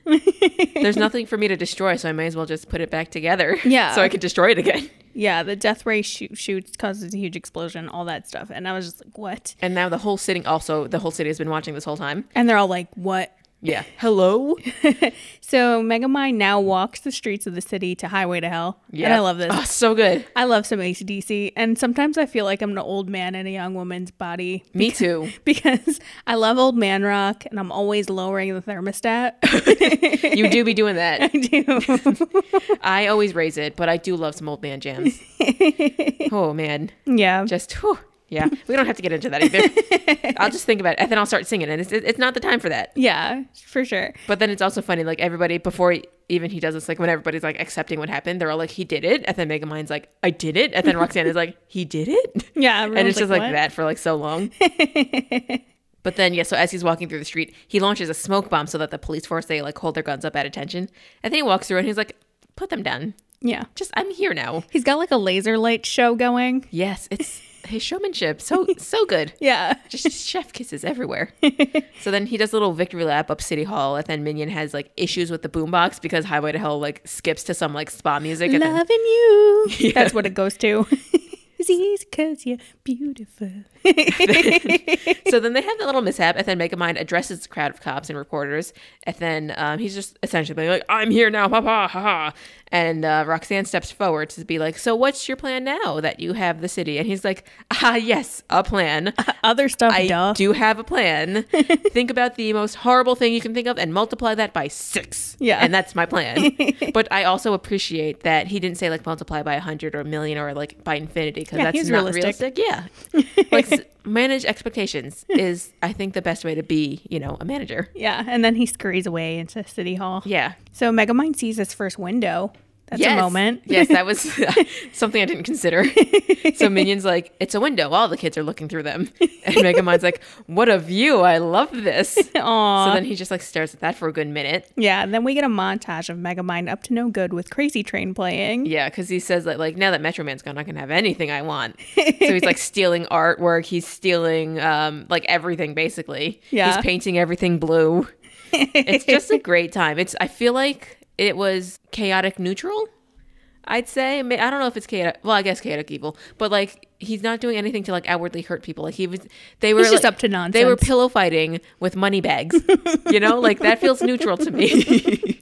[SPEAKER 2] there's nothing for me to destroy, so I may as well just put it back together.
[SPEAKER 1] Yeah.
[SPEAKER 2] So I could destroy it again.
[SPEAKER 1] Yeah, the death ray shoot, shoots, causes a huge explosion, all that stuff. And I was just like, what?
[SPEAKER 2] And now the whole city, also, the whole city has been watching this whole time.
[SPEAKER 1] And they're all like, what?
[SPEAKER 2] Yeah. Hello?
[SPEAKER 1] So Megamind now walks the streets of the city to Highway to Hell. Yeah. And I love this.
[SPEAKER 2] Oh, so good.
[SPEAKER 1] I love some ACDC, and sometimes I feel like I'm an old man in a young woman's body
[SPEAKER 2] Me too.
[SPEAKER 1] because I love old man rock, and I'm always lowering the thermostat.
[SPEAKER 2] You do be doing that.
[SPEAKER 1] I do.
[SPEAKER 2] I always raise it, but I do love some old man jams. oh, man.
[SPEAKER 1] yeah.
[SPEAKER 2] Just, whew. Yeah. We don't have to get into that either. I'll just think about it, and then I'll start singing. And it's, it's not the time for that.
[SPEAKER 1] yeah, for sure.
[SPEAKER 2] But then it's also funny, like everybody before he- even he does this, like when everybody's like accepting what happened, they're all like, "He did it," and then Megamind's like, "I did it," and then Roxanne is like, "He did it,"
[SPEAKER 1] Yeah,
[SPEAKER 2] and it's just like that for like so long. but then yeah, so as he's walking through the street, he launches a smoke bomb so that the police force they like hold their guns up at attention, and then he walks through and he's like, "Put them down."
[SPEAKER 1] Yeah,
[SPEAKER 2] Just I'm here now.
[SPEAKER 1] he's got like a laser light show going.
[SPEAKER 2] Yes, it's his showmanship. So so good.
[SPEAKER 1] Yeah,
[SPEAKER 2] Just chef kisses everywhere. so then he does a little victory lap up City Hall, and then Minion has like issues with the boombox because Highway to Hell like skips to some like spa music. And then,
[SPEAKER 1] loving you. That's what it goes to. it's easy because you're beautiful.
[SPEAKER 2] so then they have that little mishap, and then Megamind addresses the crowd of cops and reporters, and then um, he's just essentially being like, "I'm here now, ha ha ha ha." And uh, Roxanne steps forward to be like, "So what's your plan now that you have the city?" And he's like, "Ah, yes, a plan.
[SPEAKER 1] Other stuff,
[SPEAKER 2] I
[SPEAKER 1] duh.
[SPEAKER 2] do have a plan. think about the most horrible thing you can think of and multiply that by six.
[SPEAKER 1] Yeah.
[SPEAKER 2] And that's my plan. but I also appreciate that he didn't say like multiply by a hundred or a million or like by infinity because
[SPEAKER 1] Yeah,
[SPEAKER 2] that's
[SPEAKER 1] he's
[SPEAKER 2] not
[SPEAKER 1] realistic.
[SPEAKER 2] realistic. Yeah. like s- manage expectations is, I think, the best way to be, you know, a manager.
[SPEAKER 1] yeah, and then he scurries away into City Hall.
[SPEAKER 2] Yeah.
[SPEAKER 1] So Megamind sees his first window. That's
[SPEAKER 2] yes.
[SPEAKER 1] a moment.
[SPEAKER 2] yes, that was something I didn't consider. so Minion's like, it's a window. All the kids are looking through them. And Megamind's like, what a view. I love this.
[SPEAKER 1] Aw.
[SPEAKER 2] So then he just like stares at that for a good minute.
[SPEAKER 1] yeah. And then we get a montage of Megamind up to no good with Crazy Train playing.
[SPEAKER 2] Yeah, because he says that like now that Metro Man's gone, I can have anything I want. so he's like stealing artwork. He's stealing um like everything basically.
[SPEAKER 1] Yeah.
[SPEAKER 2] he's painting everything blue. it's just a great time. It's I feel like it was chaotic neutral. I'd say Ma- I don't know if it's chaotic. Well, I guess chaotic evil, but like he's not doing anything to like outwardly hurt people. Like he was, they were
[SPEAKER 1] He's just
[SPEAKER 2] like-
[SPEAKER 1] up to
[SPEAKER 2] They were
[SPEAKER 1] nonsense.
[SPEAKER 2] pillow fighting with money bags. you know, like that feels neutral to me.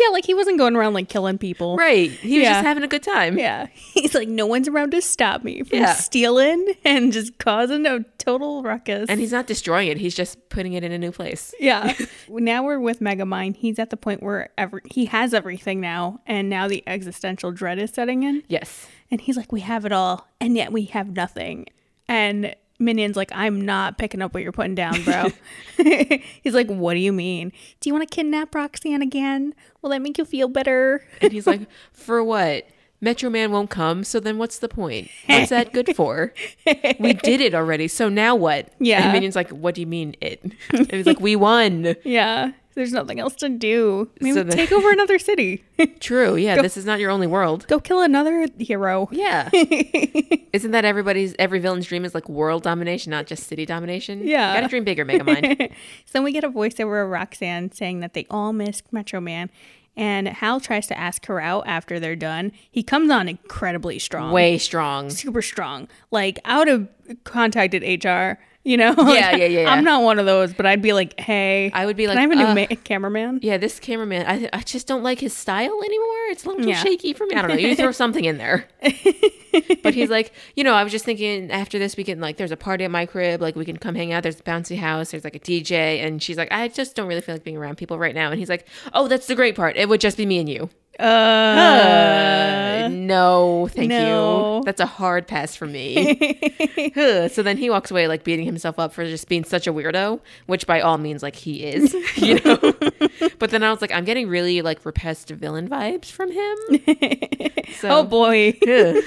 [SPEAKER 1] Yeah, like he wasn't going around like killing people.
[SPEAKER 2] right? He was
[SPEAKER 1] Yeah.
[SPEAKER 2] just having a good time.
[SPEAKER 1] Yeah. He's like, no one's around to stop me from
[SPEAKER 2] Yeah.
[SPEAKER 1] stealing and just causing a total ruckus.
[SPEAKER 2] And he's not destroying it. He's just putting it in a new place.
[SPEAKER 1] yeah. now we're with Megamind. He's at the point where every- he has everything now, and now the existential dread is setting in.
[SPEAKER 2] Yes.
[SPEAKER 1] And he's like, we have it all, and yet we have nothing. And Minion's like, I'm not picking up what you're putting down, bro. he's like, what do you mean? Do you want to kidnap Roxanne again? Will that make you feel better?
[SPEAKER 2] And he's like, for what? Metro Man won't come, so then what's the point? What's that good for? We did it already, so now what?
[SPEAKER 1] Yeah.
[SPEAKER 2] And Minion's like, what do you mean it? And he's like, we won.
[SPEAKER 1] Yeah. There's nothing else to do. Maybe
[SPEAKER 2] So the-
[SPEAKER 1] take over another city.
[SPEAKER 2] True. Yeah, this is not your only world.
[SPEAKER 1] Go kill another hero.
[SPEAKER 2] Yeah. Isn't that everybody's every villain's dream is like world domination, not just city domination?
[SPEAKER 1] Yeah.
[SPEAKER 2] Gotta dream bigger, Megamind.
[SPEAKER 1] so then we get a voiceover of Roxanne saying that they all missed Metro Man, and Hal tries to ask her out after they're done. He comes on incredibly strong,
[SPEAKER 2] Way strong.
[SPEAKER 1] super strong. Like I would have contacted HR. You know? Like,
[SPEAKER 2] yeah, yeah, yeah.
[SPEAKER 1] I'm not one of those, but I'd be like, hey,
[SPEAKER 2] I would be
[SPEAKER 1] can
[SPEAKER 2] like,
[SPEAKER 1] I have a new
[SPEAKER 2] uh,
[SPEAKER 1] ma- cameraman.
[SPEAKER 2] Yeah, this cameraman, I, I just don't like his style anymore. It's a little too
[SPEAKER 1] Yeah.
[SPEAKER 2] shaky for me. I don't know. You throw something in there. but he's like, you know, I was just thinking after this, we can, like, there's a party at my crib. Like, we can come hang out. There's a bouncy house. There's like a DJ. And she's like, I just don't really feel like being around people right now. And he's like, oh, that's the great part. It would just be me and you. Uh, no, thank
[SPEAKER 1] no.
[SPEAKER 2] you. That's a hard pass for me. Huh. so then he walks away like beating himself up for just being such a weirdo, which by all means like he is, you know. but then I was like, I'm getting really like repressed villain vibes from him. So,
[SPEAKER 1] oh boy.
[SPEAKER 2] Ugh.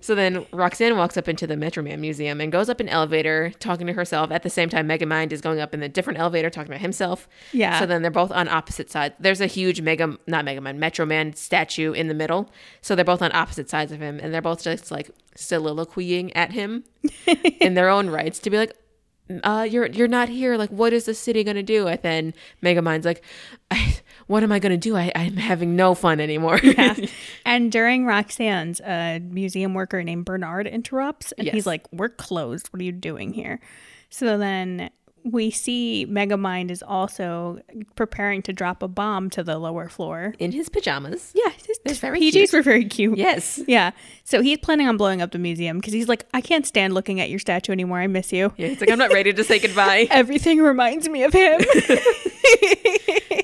[SPEAKER 2] so then Roxanne walks up into the Metro Man Museum and goes up an elevator talking to herself. At the same time, Megamind is going up in a different elevator talking about himself.
[SPEAKER 1] Yeah.
[SPEAKER 2] So then they're both on opposite sides. There's a huge Mega, not Megamind, Metro Man statue in the middle. So they're both on opposite sides of him and they're both just like soliloquying at him in their own rights to be like, uh, you're you're not here. Like, what is the city gonna do? And then Megamind's like, I, what am I gonna do? I, I'm having no fun anymore.
[SPEAKER 1] And during Roxanne's, a museum worker named Bernard interrupts and
[SPEAKER 2] Yes.
[SPEAKER 1] he's like, We're closed. What are you doing here? So then we see Megamind is also preparing to drop a bomb to the lower floor.
[SPEAKER 2] in his pajamas.
[SPEAKER 1] Yeah, his
[SPEAKER 2] very
[SPEAKER 1] PJs
[SPEAKER 2] cute.
[SPEAKER 1] were very cute.
[SPEAKER 2] Yes.
[SPEAKER 1] Yeah. So he's planning on blowing up the museum because he's like, I can't stand looking at your statue anymore. I miss you.
[SPEAKER 2] Yeah, it's like I'm not ready to say goodbye.
[SPEAKER 1] Everything reminds me of him.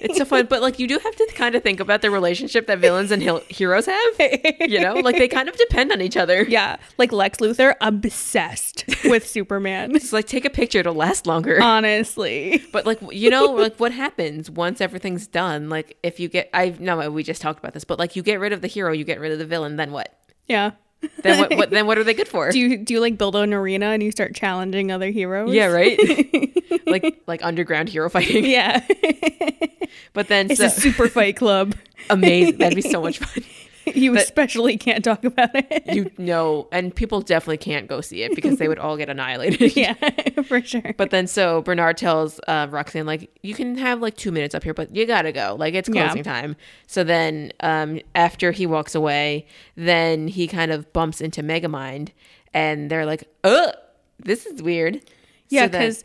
[SPEAKER 2] It's so fun, but like you do have to kind of think about the relationship that villains and hel- heroes have. You know, like they kind of depend on each other.
[SPEAKER 1] yeah. Like Lex Luthor, obsessed with Superman.
[SPEAKER 2] It's like take a picture; it'll last longer.
[SPEAKER 1] Uh. Honestly.
[SPEAKER 2] but like you know, like what happens once everything's done? Like if you get, I no, uh, we just talked about this, but like you get rid of the hero, you get rid of the villain, then what?
[SPEAKER 1] Yeah.
[SPEAKER 2] Then what? what then what are they good for?
[SPEAKER 1] do you do you like build an arena and you start challenging other heroes?
[SPEAKER 2] yeah, right. like like underground hero fighting.
[SPEAKER 1] Yeah.
[SPEAKER 2] But then
[SPEAKER 1] it's
[SPEAKER 2] so,
[SPEAKER 1] a super fight club.
[SPEAKER 2] amazing. That'd be so much fun.
[SPEAKER 1] You especially can't talk about it.
[SPEAKER 2] You know, and people definitely can't go see it because they would all get annihilated.
[SPEAKER 1] Yeah, for sure.
[SPEAKER 2] But then, so Bernard tells uh, Roxanne, like, you can have like two minutes up here, but you gotta go. Like, it's
[SPEAKER 1] Yeah.
[SPEAKER 2] closing time. So then, um, after he walks away, then he kind of bumps into Megamind, and they're like, "Ugh, this is weird."
[SPEAKER 1] yeah,
[SPEAKER 2] So then-
[SPEAKER 1] because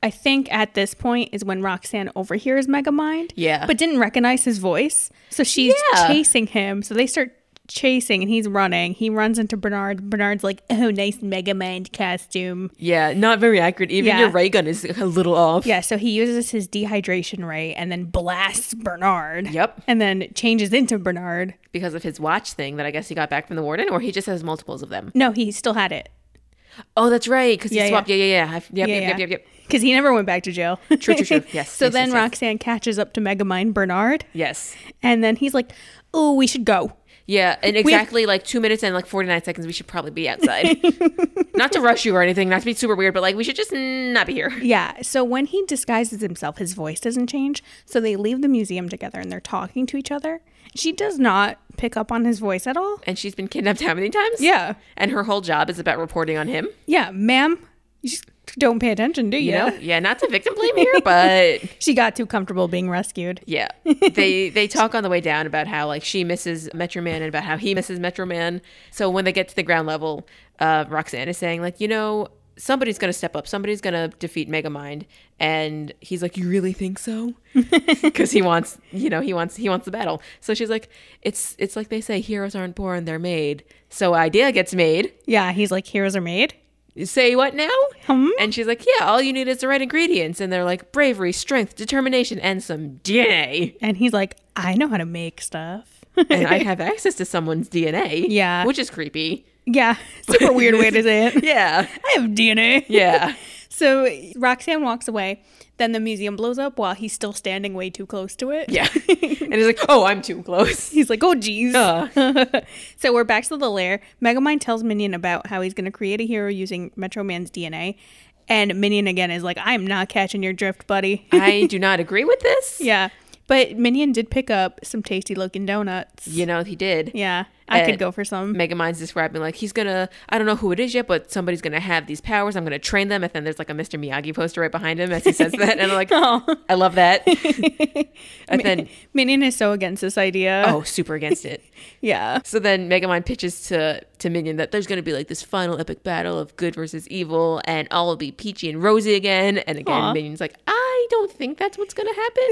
[SPEAKER 1] I think at this point is when Roxanne overhears Megamind.
[SPEAKER 2] Yeah.
[SPEAKER 1] But didn't recognize his voice. So she's
[SPEAKER 2] Yeah.
[SPEAKER 1] chasing him. So they start chasing and he's running. He runs into Bernard. Bernard's like, oh, nice Megamind costume.
[SPEAKER 2] yeah, not very accurate. Even
[SPEAKER 1] Yeah.
[SPEAKER 2] your ray gun is a little off.
[SPEAKER 1] Yeah, so he uses his dehydration ray and then blasts Bernard.
[SPEAKER 2] Yep.
[SPEAKER 1] And then changes into Bernard.
[SPEAKER 2] because of his watch thing that I guess he got back from the warden, or he just has multiples of them.
[SPEAKER 1] No, he still had it.
[SPEAKER 2] Oh, that's right, because
[SPEAKER 1] Yeah,
[SPEAKER 2] he swapped. Yeah, yeah, yeah. I've- Yep,
[SPEAKER 1] Yeah,
[SPEAKER 2] yep,
[SPEAKER 1] yeah.
[SPEAKER 2] yep, yep, yep.
[SPEAKER 1] Because he never went back to jail.
[SPEAKER 2] True, true, true. Yes,
[SPEAKER 1] so
[SPEAKER 2] yes,
[SPEAKER 1] then
[SPEAKER 2] yes, yes.
[SPEAKER 1] Roxanne catches up to Megamind Bernard,
[SPEAKER 2] Yes.
[SPEAKER 1] and then he's like, "Oh, we should go."
[SPEAKER 2] Yeah, and exactly like two minutes and like 49 seconds, we should probably be outside. not to rush you or anything, not to be super weird, but like we should just not be here.
[SPEAKER 1] Yeah. So when he disguises himself, his voice doesn't change. So they leave the museum together, and they're talking to each other. She does not pick up on his voice at all.
[SPEAKER 2] And she's been kidnapped how many times?
[SPEAKER 1] Yeah.
[SPEAKER 2] And her whole job is about reporting on him,
[SPEAKER 1] Yeah, ma'am, you just don't pay attention, do you?
[SPEAKER 2] you know? Yeah, not to victim blame here, but
[SPEAKER 1] She got too comfortable being rescued.
[SPEAKER 2] yeah. They they talk on the way down about how like she misses Metro Man and about how he misses Metro Man. So when they get to the ground level, uh, Roxanne is saying like, you know, somebody's gonna step up, somebody's gonna defeat Megamind, and he's like, you really think so? because he wants you know he wants he wants the battle so she's like it's it's like they say heroes aren't born they're made so idea gets made
[SPEAKER 1] Yeah, he's like, "Heroes are made."
[SPEAKER 2] say what now
[SPEAKER 1] Hmm?
[SPEAKER 2] and she's like yeah all you need is the right ingredients and they're like bravery strength determination and some dna
[SPEAKER 1] And he's like, "I know how to make stuff."
[SPEAKER 2] and i have access to someone's dna
[SPEAKER 1] Yeah.
[SPEAKER 2] which is creepy
[SPEAKER 1] yeah, super weird way to say it.
[SPEAKER 2] yeah
[SPEAKER 1] I have DNA.
[SPEAKER 2] yeah
[SPEAKER 1] So Roxanne walks away. Then the museum blows up while he's still standing way too close to it.
[SPEAKER 2] yeah and he's like oh i'm too close
[SPEAKER 1] He's like, oh, geez.
[SPEAKER 2] Uh.
[SPEAKER 1] so we're back to the lair. Megamind tells Minion about how he's going to create a hero using Metro Man's DNA. And Minion again is like, I'm not catching your drift, buddy.
[SPEAKER 2] I do not agree with this.
[SPEAKER 1] yeah. But Minion did pick up some tasty looking donuts.
[SPEAKER 2] You know, he did.
[SPEAKER 1] Yeah. I
[SPEAKER 2] Uh,
[SPEAKER 1] could go for some.
[SPEAKER 2] Megamind's describing like he's gonna I don't know who it is yet, but somebody's gonna have these powers. I'm gonna train them. And then there's like a Mr. Miyagi poster right behind him as he says that. And I'm like,
[SPEAKER 1] Oh.
[SPEAKER 2] I love that. and then
[SPEAKER 1] Minion is so against this idea.
[SPEAKER 2] oh, super against it.
[SPEAKER 1] Yeah.
[SPEAKER 2] So then Megamind pitches to to Minion that there's gonna be like this final epic battle of good versus evil, and all will be peachy and rosy again. And again,
[SPEAKER 1] Aw.
[SPEAKER 2] Minion's like, I don't think that's what's gonna happen.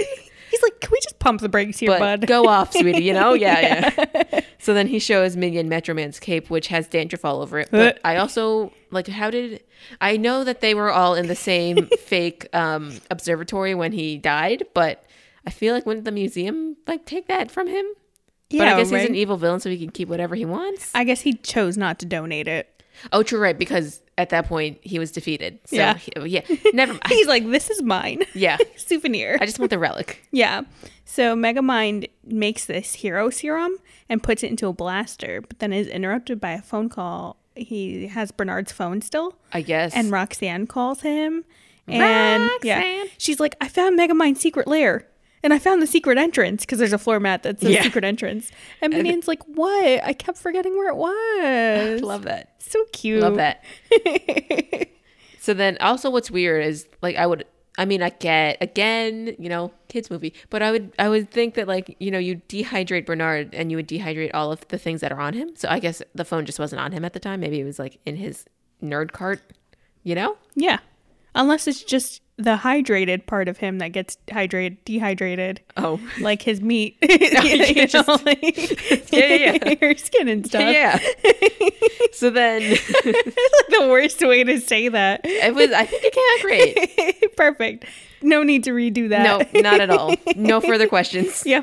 [SPEAKER 1] He's like, can we just pump the brakes here,
[SPEAKER 2] but
[SPEAKER 1] bud?
[SPEAKER 2] go off, sweetie. You know, yeah, yeah. so then he shows Minion Metro Man's cape, which has dandruff all over it. But I also like how did I know that they were all in the same fake um, observatory when he died? But I feel like wouldn't the museum like take that from him? but I guess he's
[SPEAKER 1] right?
[SPEAKER 2] an e- evil villain, so he can keep whatever he wants.
[SPEAKER 1] I guess he chose not to donate it.
[SPEAKER 2] Oh, true, right? Because at that point he was defeated. So,
[SPEAKER 1] Yeah.
[SPEAKER 2] he- yeah. Never mind.
[SPEAKER 1] He's like, this is mine.
[SPEAKER 2] yeah,
[SPEAKER 1] Souvenir.
[SPEAKER 2] I just want the relic.
[SPEAKER 1] Yeah. So Megamind makes this hero serum and puts it into a blaster, but then is interrupted by a phone call. He has Bernard's phone still,
[SPEAKER 2] I guess.
[SPEAKER 1] and Roxanne calls him. And yeah,
[SPEAKER 2] Roxanne.
[SPEAKER 1] she's like, I found Megamind's secret lair. And I found the secret entrance because there's a floor mat that says
[SPEAKER 2] Yeah.
[SPEAKER 1] secret entrance. And Minion's like, What? I kept forgetting where it was.
[SPEAKER 2] love that.
[SPEAKER 1] So cute.
[SPEAKER 2] Love that. so then also what's weird is like I would I mean I get again, you know, kids movie, but I would I would think that like, you know, you dehydrate Bernard and you would dehydrate all of the things that are on him. So I guess the phone just wasn't on him at the time. Maybe it was like in his nerd cart, you know?
[SPEAKER 1] Yeah. Unless it's just the hydrated part of him that gets hydrated, dehydrated.
[SPEAKER 2] Oh.
[SPEAKER 1] like his meat, you
[SPEAKER 2] you
[SPEAKER 1] know,
[SPEAKER 2] just-
[SPEAKER 1] like-
[SPEAKER 2] Yeah, yeah,
[SPEAKER 1] your skin and stuff.
[SPEAKER 2] Yeah. so then
[SPEAKER 1] It's like the worst way to say that.
[SPEAKER 2] it was I think it came out great.
[SPEAKER 1] Perfect. No need to redo
[SPEAKER 2] No,
[SPEAKER 1] that.
[SPEAKER 2] not at all. No further questions.
[SPEAKER 1] Yeah.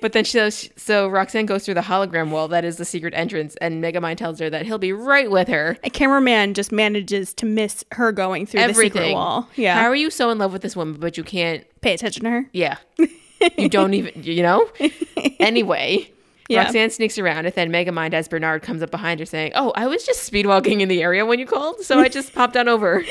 [SPEAKER 2] But then she goes, so Roxanne goes through the hologram wall that is the secret entrance, and Megamind tells her that he'll be right with her.
[SPEAKER 1] A cameraman just manages to miss her going through the
[SPEAKER 2] Everything.
[SPEAKER 1] secret wall. Yeah.
[SPEAKER 2] How are you so in love with this woman, but you can't?
[SPEAKER 1] Pay attention to her.
[SPEAKER 2] Yeah. you don't even, you know? Anyway.
[SPEAKER 1] Yeah.
[SPEAKER 2] Roxanne sneaks around, and then Megamind, as Bernard comes up behind her, saying, "Oh, I was just speedwalking in the area when you called, so I just popped on over."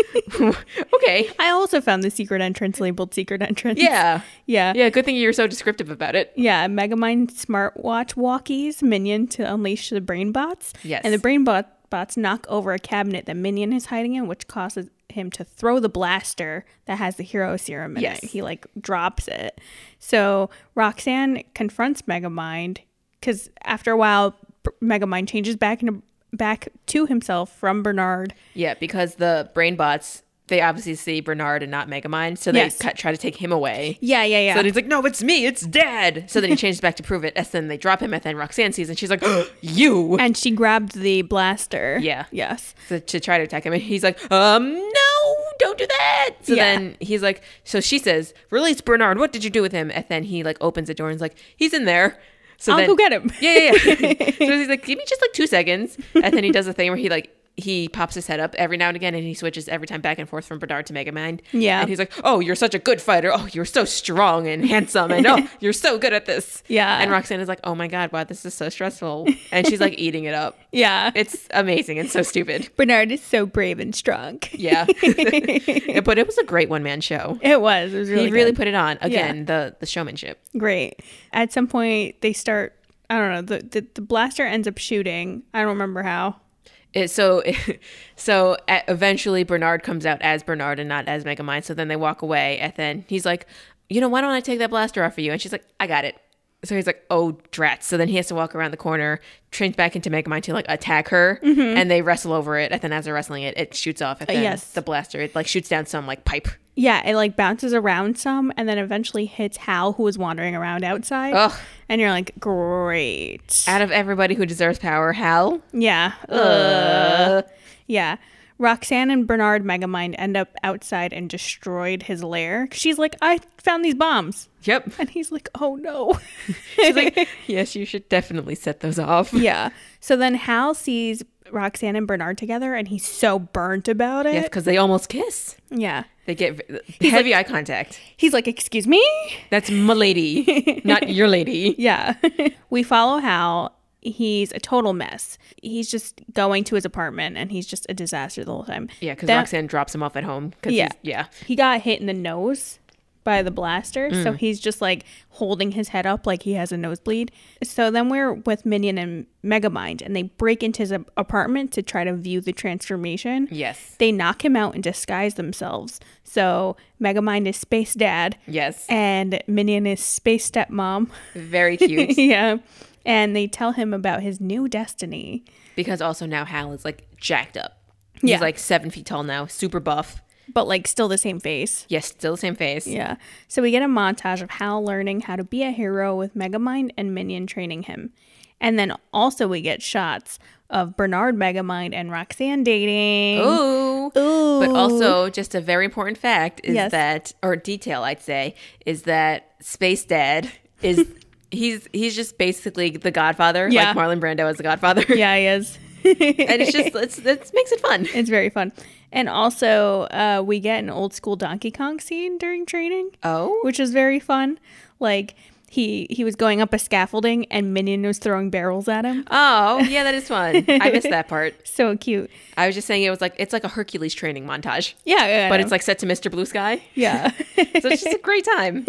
[SPEAKER 2] okay,
[SPEAKER 1] I also found the secret entrance labeled secret entrance.
[SPEAKER 2] yeah,
[SPEAKER 1] Yeah.
[SPEAKER 2] yeah. Good thing you're so descriptive about it.
[SPEAKER 1] Yeah, Megamind smartwatch walkies Minion to unleash the brain bots.
[SPEAKER 2] Yes.
[SPEAKER 1] And the brain bot- bots knock over a cabinet that Minion is hiding in, which causes him to throw the blaster that has the hero serum in
[SPEAKER 2] Yes.
[SPEAKER 1] it. He like drops it. So Roxanne confronts Megamind because after a while, B- Megamind changes back into back to himself from Bernard.
[SPEAKER 2] Yeah, because the brain bots they obviously see Bernard and not Megamind, so they
[SPEAKER 1] Yes.
[SPEAKER 2] cut, try to take him away.
[SPEAKER 1] Yeah, yeah, yeah.
[SPEAKER 2] So then he's like, "No, it's me, it's Dad." So then he changes back to prove it. And then they drop him, and then Roxanne sees, and she's like, "You."
[SPEAKER 1] and she grabbed the blaster.
[SPEAKER 2] Yeah.
[SPEAKER 1] Yes.
[SPEAKER 2] So to try to attack him, and he's like, "Um, no, don't do that." So
[SPEAKER 1] Yeah.
[SPEAKER 2] then he's like, "So she says, release Bernard. What did you do with him?" And then he like opens the door and's like, "He's in there." So
[SPEAKER 1] I'll
[SPEAKER 2] then,
[SPEAKER 1] go get him.
[SPEAKER 2] Yeah, yeah, yeah. so he's like, give me just like two seconds. And then he does a thing where he like he pops his head up every now and again and he switches every time back and forth from Bernard to Megamind.
[SPEAKER 1] Yeah.
[SPEAKER 2] And he's like, Oh, you're such a good fighter. Oh, you're so strong and handsome. And oh, you're so good at this.
[SPEAKER 1] Yeah.
[SPEAKER 2] And Roxanne is like, Oh my God, wow, this is so stressful. And she's like eating it up.
[SPEAKER 1] Yeah.
[SPEAKER 2] It's amazing and so stupid.
[SPEAKER 1] Bernard is so brave and strong.
[SPEAKER 2] Yeah. but it was a great one man show.
[SPEAKER 1] It was. It was really,
[SPEAKER 2] he really
[SPEAKER 1] good.
[SPEAKER 2] put it on. Again, the the showmanship.
[SPEAKER 1] great. At some point, they start. I don't know. The, the the blaster ends up shooting. I don't remember how.
[SPEAKER 2] It, so, so e- eventually Bernard comes out as Bernard and not as Megamind. So then they walk away, and then he's like, "You know, why don't I take that blaster off for you?" And she's like, "I got it." So he's like, "Oh, drats!" So then he has to walk around the corner, turns back into Megamind to like attack her, and they wrestle over it. And then as they're wrestling it, it shoots off. And then
[SPEAKER 1] yes.
[SPEAKER 2] the blaster it like shoots down some like pipe.
[SPEAKER 1] Yeah, it like bounces around some and then eventually hits Hal, who was wandering around outside.
[SPEAKER 2] Ugh.
[SPEAKER 1] And you're like, great.
[SPEAKER 2] Out of everybody who deserves power, Hal.
[SPEAKER 1] Yeah. Ugh. Yeah. Roxanne and Bernard Megamind end up outside and destroyed his lair. She's like, I found these bombs.
[SPEAKER 2] Yep.
[SPEAKER 1] And he's like, oh no.
[SPEAKER 2] She's like, "Yes, you should definitely set those off."
[SPEAKER 1] yeah. So then Hal sees Roxanne and Bernard together and he's so burnt about it.
[SPEAKER 2] Yes, because they almost kiss.
[SPEAKER 1] Yeah.
[SPEAKER 2] They get v- heavy eye contact.
[SPEAKER 1] He's like, Excuse me?
[SPEAKER 2] That's my lady, not your lady.
[SPEAKER 1] Yeah. we follow Hal he's a total mess. He's just going to his apartment and he's just a disaster the whole time.
[SPEAKER 2] Yeah, because
[SPEAKER 1] That-
[SPEAKER 2] Roxanne drops him off at home. 'cause
[SPEAKER 1] Yeah.
[SPEAKER 2] he's- yeah.
[SPEAKER 1] He got hit in the nose by the blaster, so
[SPEAKER 2] Mm.
[SPEAKER 1] he's just like holding his head up like he has a nosebleed. So then we're with Minion and Megamind, and they break into his ap- apartment to try to view the transformation.
[SPEAKER 2] Yes.
[SPEAKER 1] They knock him out and disguise themselves. So Megamind is Space Dad,
[SPEAKER 2] Yes.
[SPEAKER 1] and Minion is Space Stepmom.
[SPEAKER 2] Very cute.
[SPEAKER 1] yeah. And they tell him about his new destiny.
[SPEAKER 2] because also now Hal is like jacked up.
[SPEAKER 1] Yeah.
[SPEAKER 2] He's like seven feet tall now, super buff.
[SPEAKER 1] but like still the same face.
[SPEAKER 2] Yes, still the same face.
[SPEAKER 1] Yeah. So we get a montage of Hal learning how to be a hero with Megamind and Minion training him. And then also we get shots of Bernard Megamind and Roxanne dating.
[SPEAKER 2] Ooh.
[SPEAKER 1] Ooh.
[SPEAKER 2] But also, just a very important fact is
[SPEAKER 1] Yes.
[SPEAKER 2] that, or detail, I'd say, is that Space Dad is he's he's just basically the Godfather,
[SPEAKER 1] Yeah.
[SPEAKER 2] like Marlon Brando is the Godfather,
[SPEAKER 1] Yeah, he is.
[SPEAKER 2] and it's just it's, it makes it fun.
[SPEAKER 1] It's very fun. And also uh, we get an old school Donkey Kong scene during training.
[SPEAKER 2] Oh,
[SPEAKER 1] which was very fun. Like he he was going up a scaffolding and Minion was throwing barrels at him.
[SPEAKER 2] oh, yeah, that is fun. I missed that part.
[SPEAKER 1] So cute.
[SPEAKER 2] I was just saying it was like it's like a Hercules training montage,
[SPEAKER 1] Yeah, yeah,
[SPEAKER 2] but
[SPEAKER 1] I
[SPEAKER 2] it's
[SPEAKER 1] know.
[SPEAKER 2] like set to Mr. Blue Sky,
[SPEAKER 1] yeah.
[SPEAKER 2] so it's just a great time.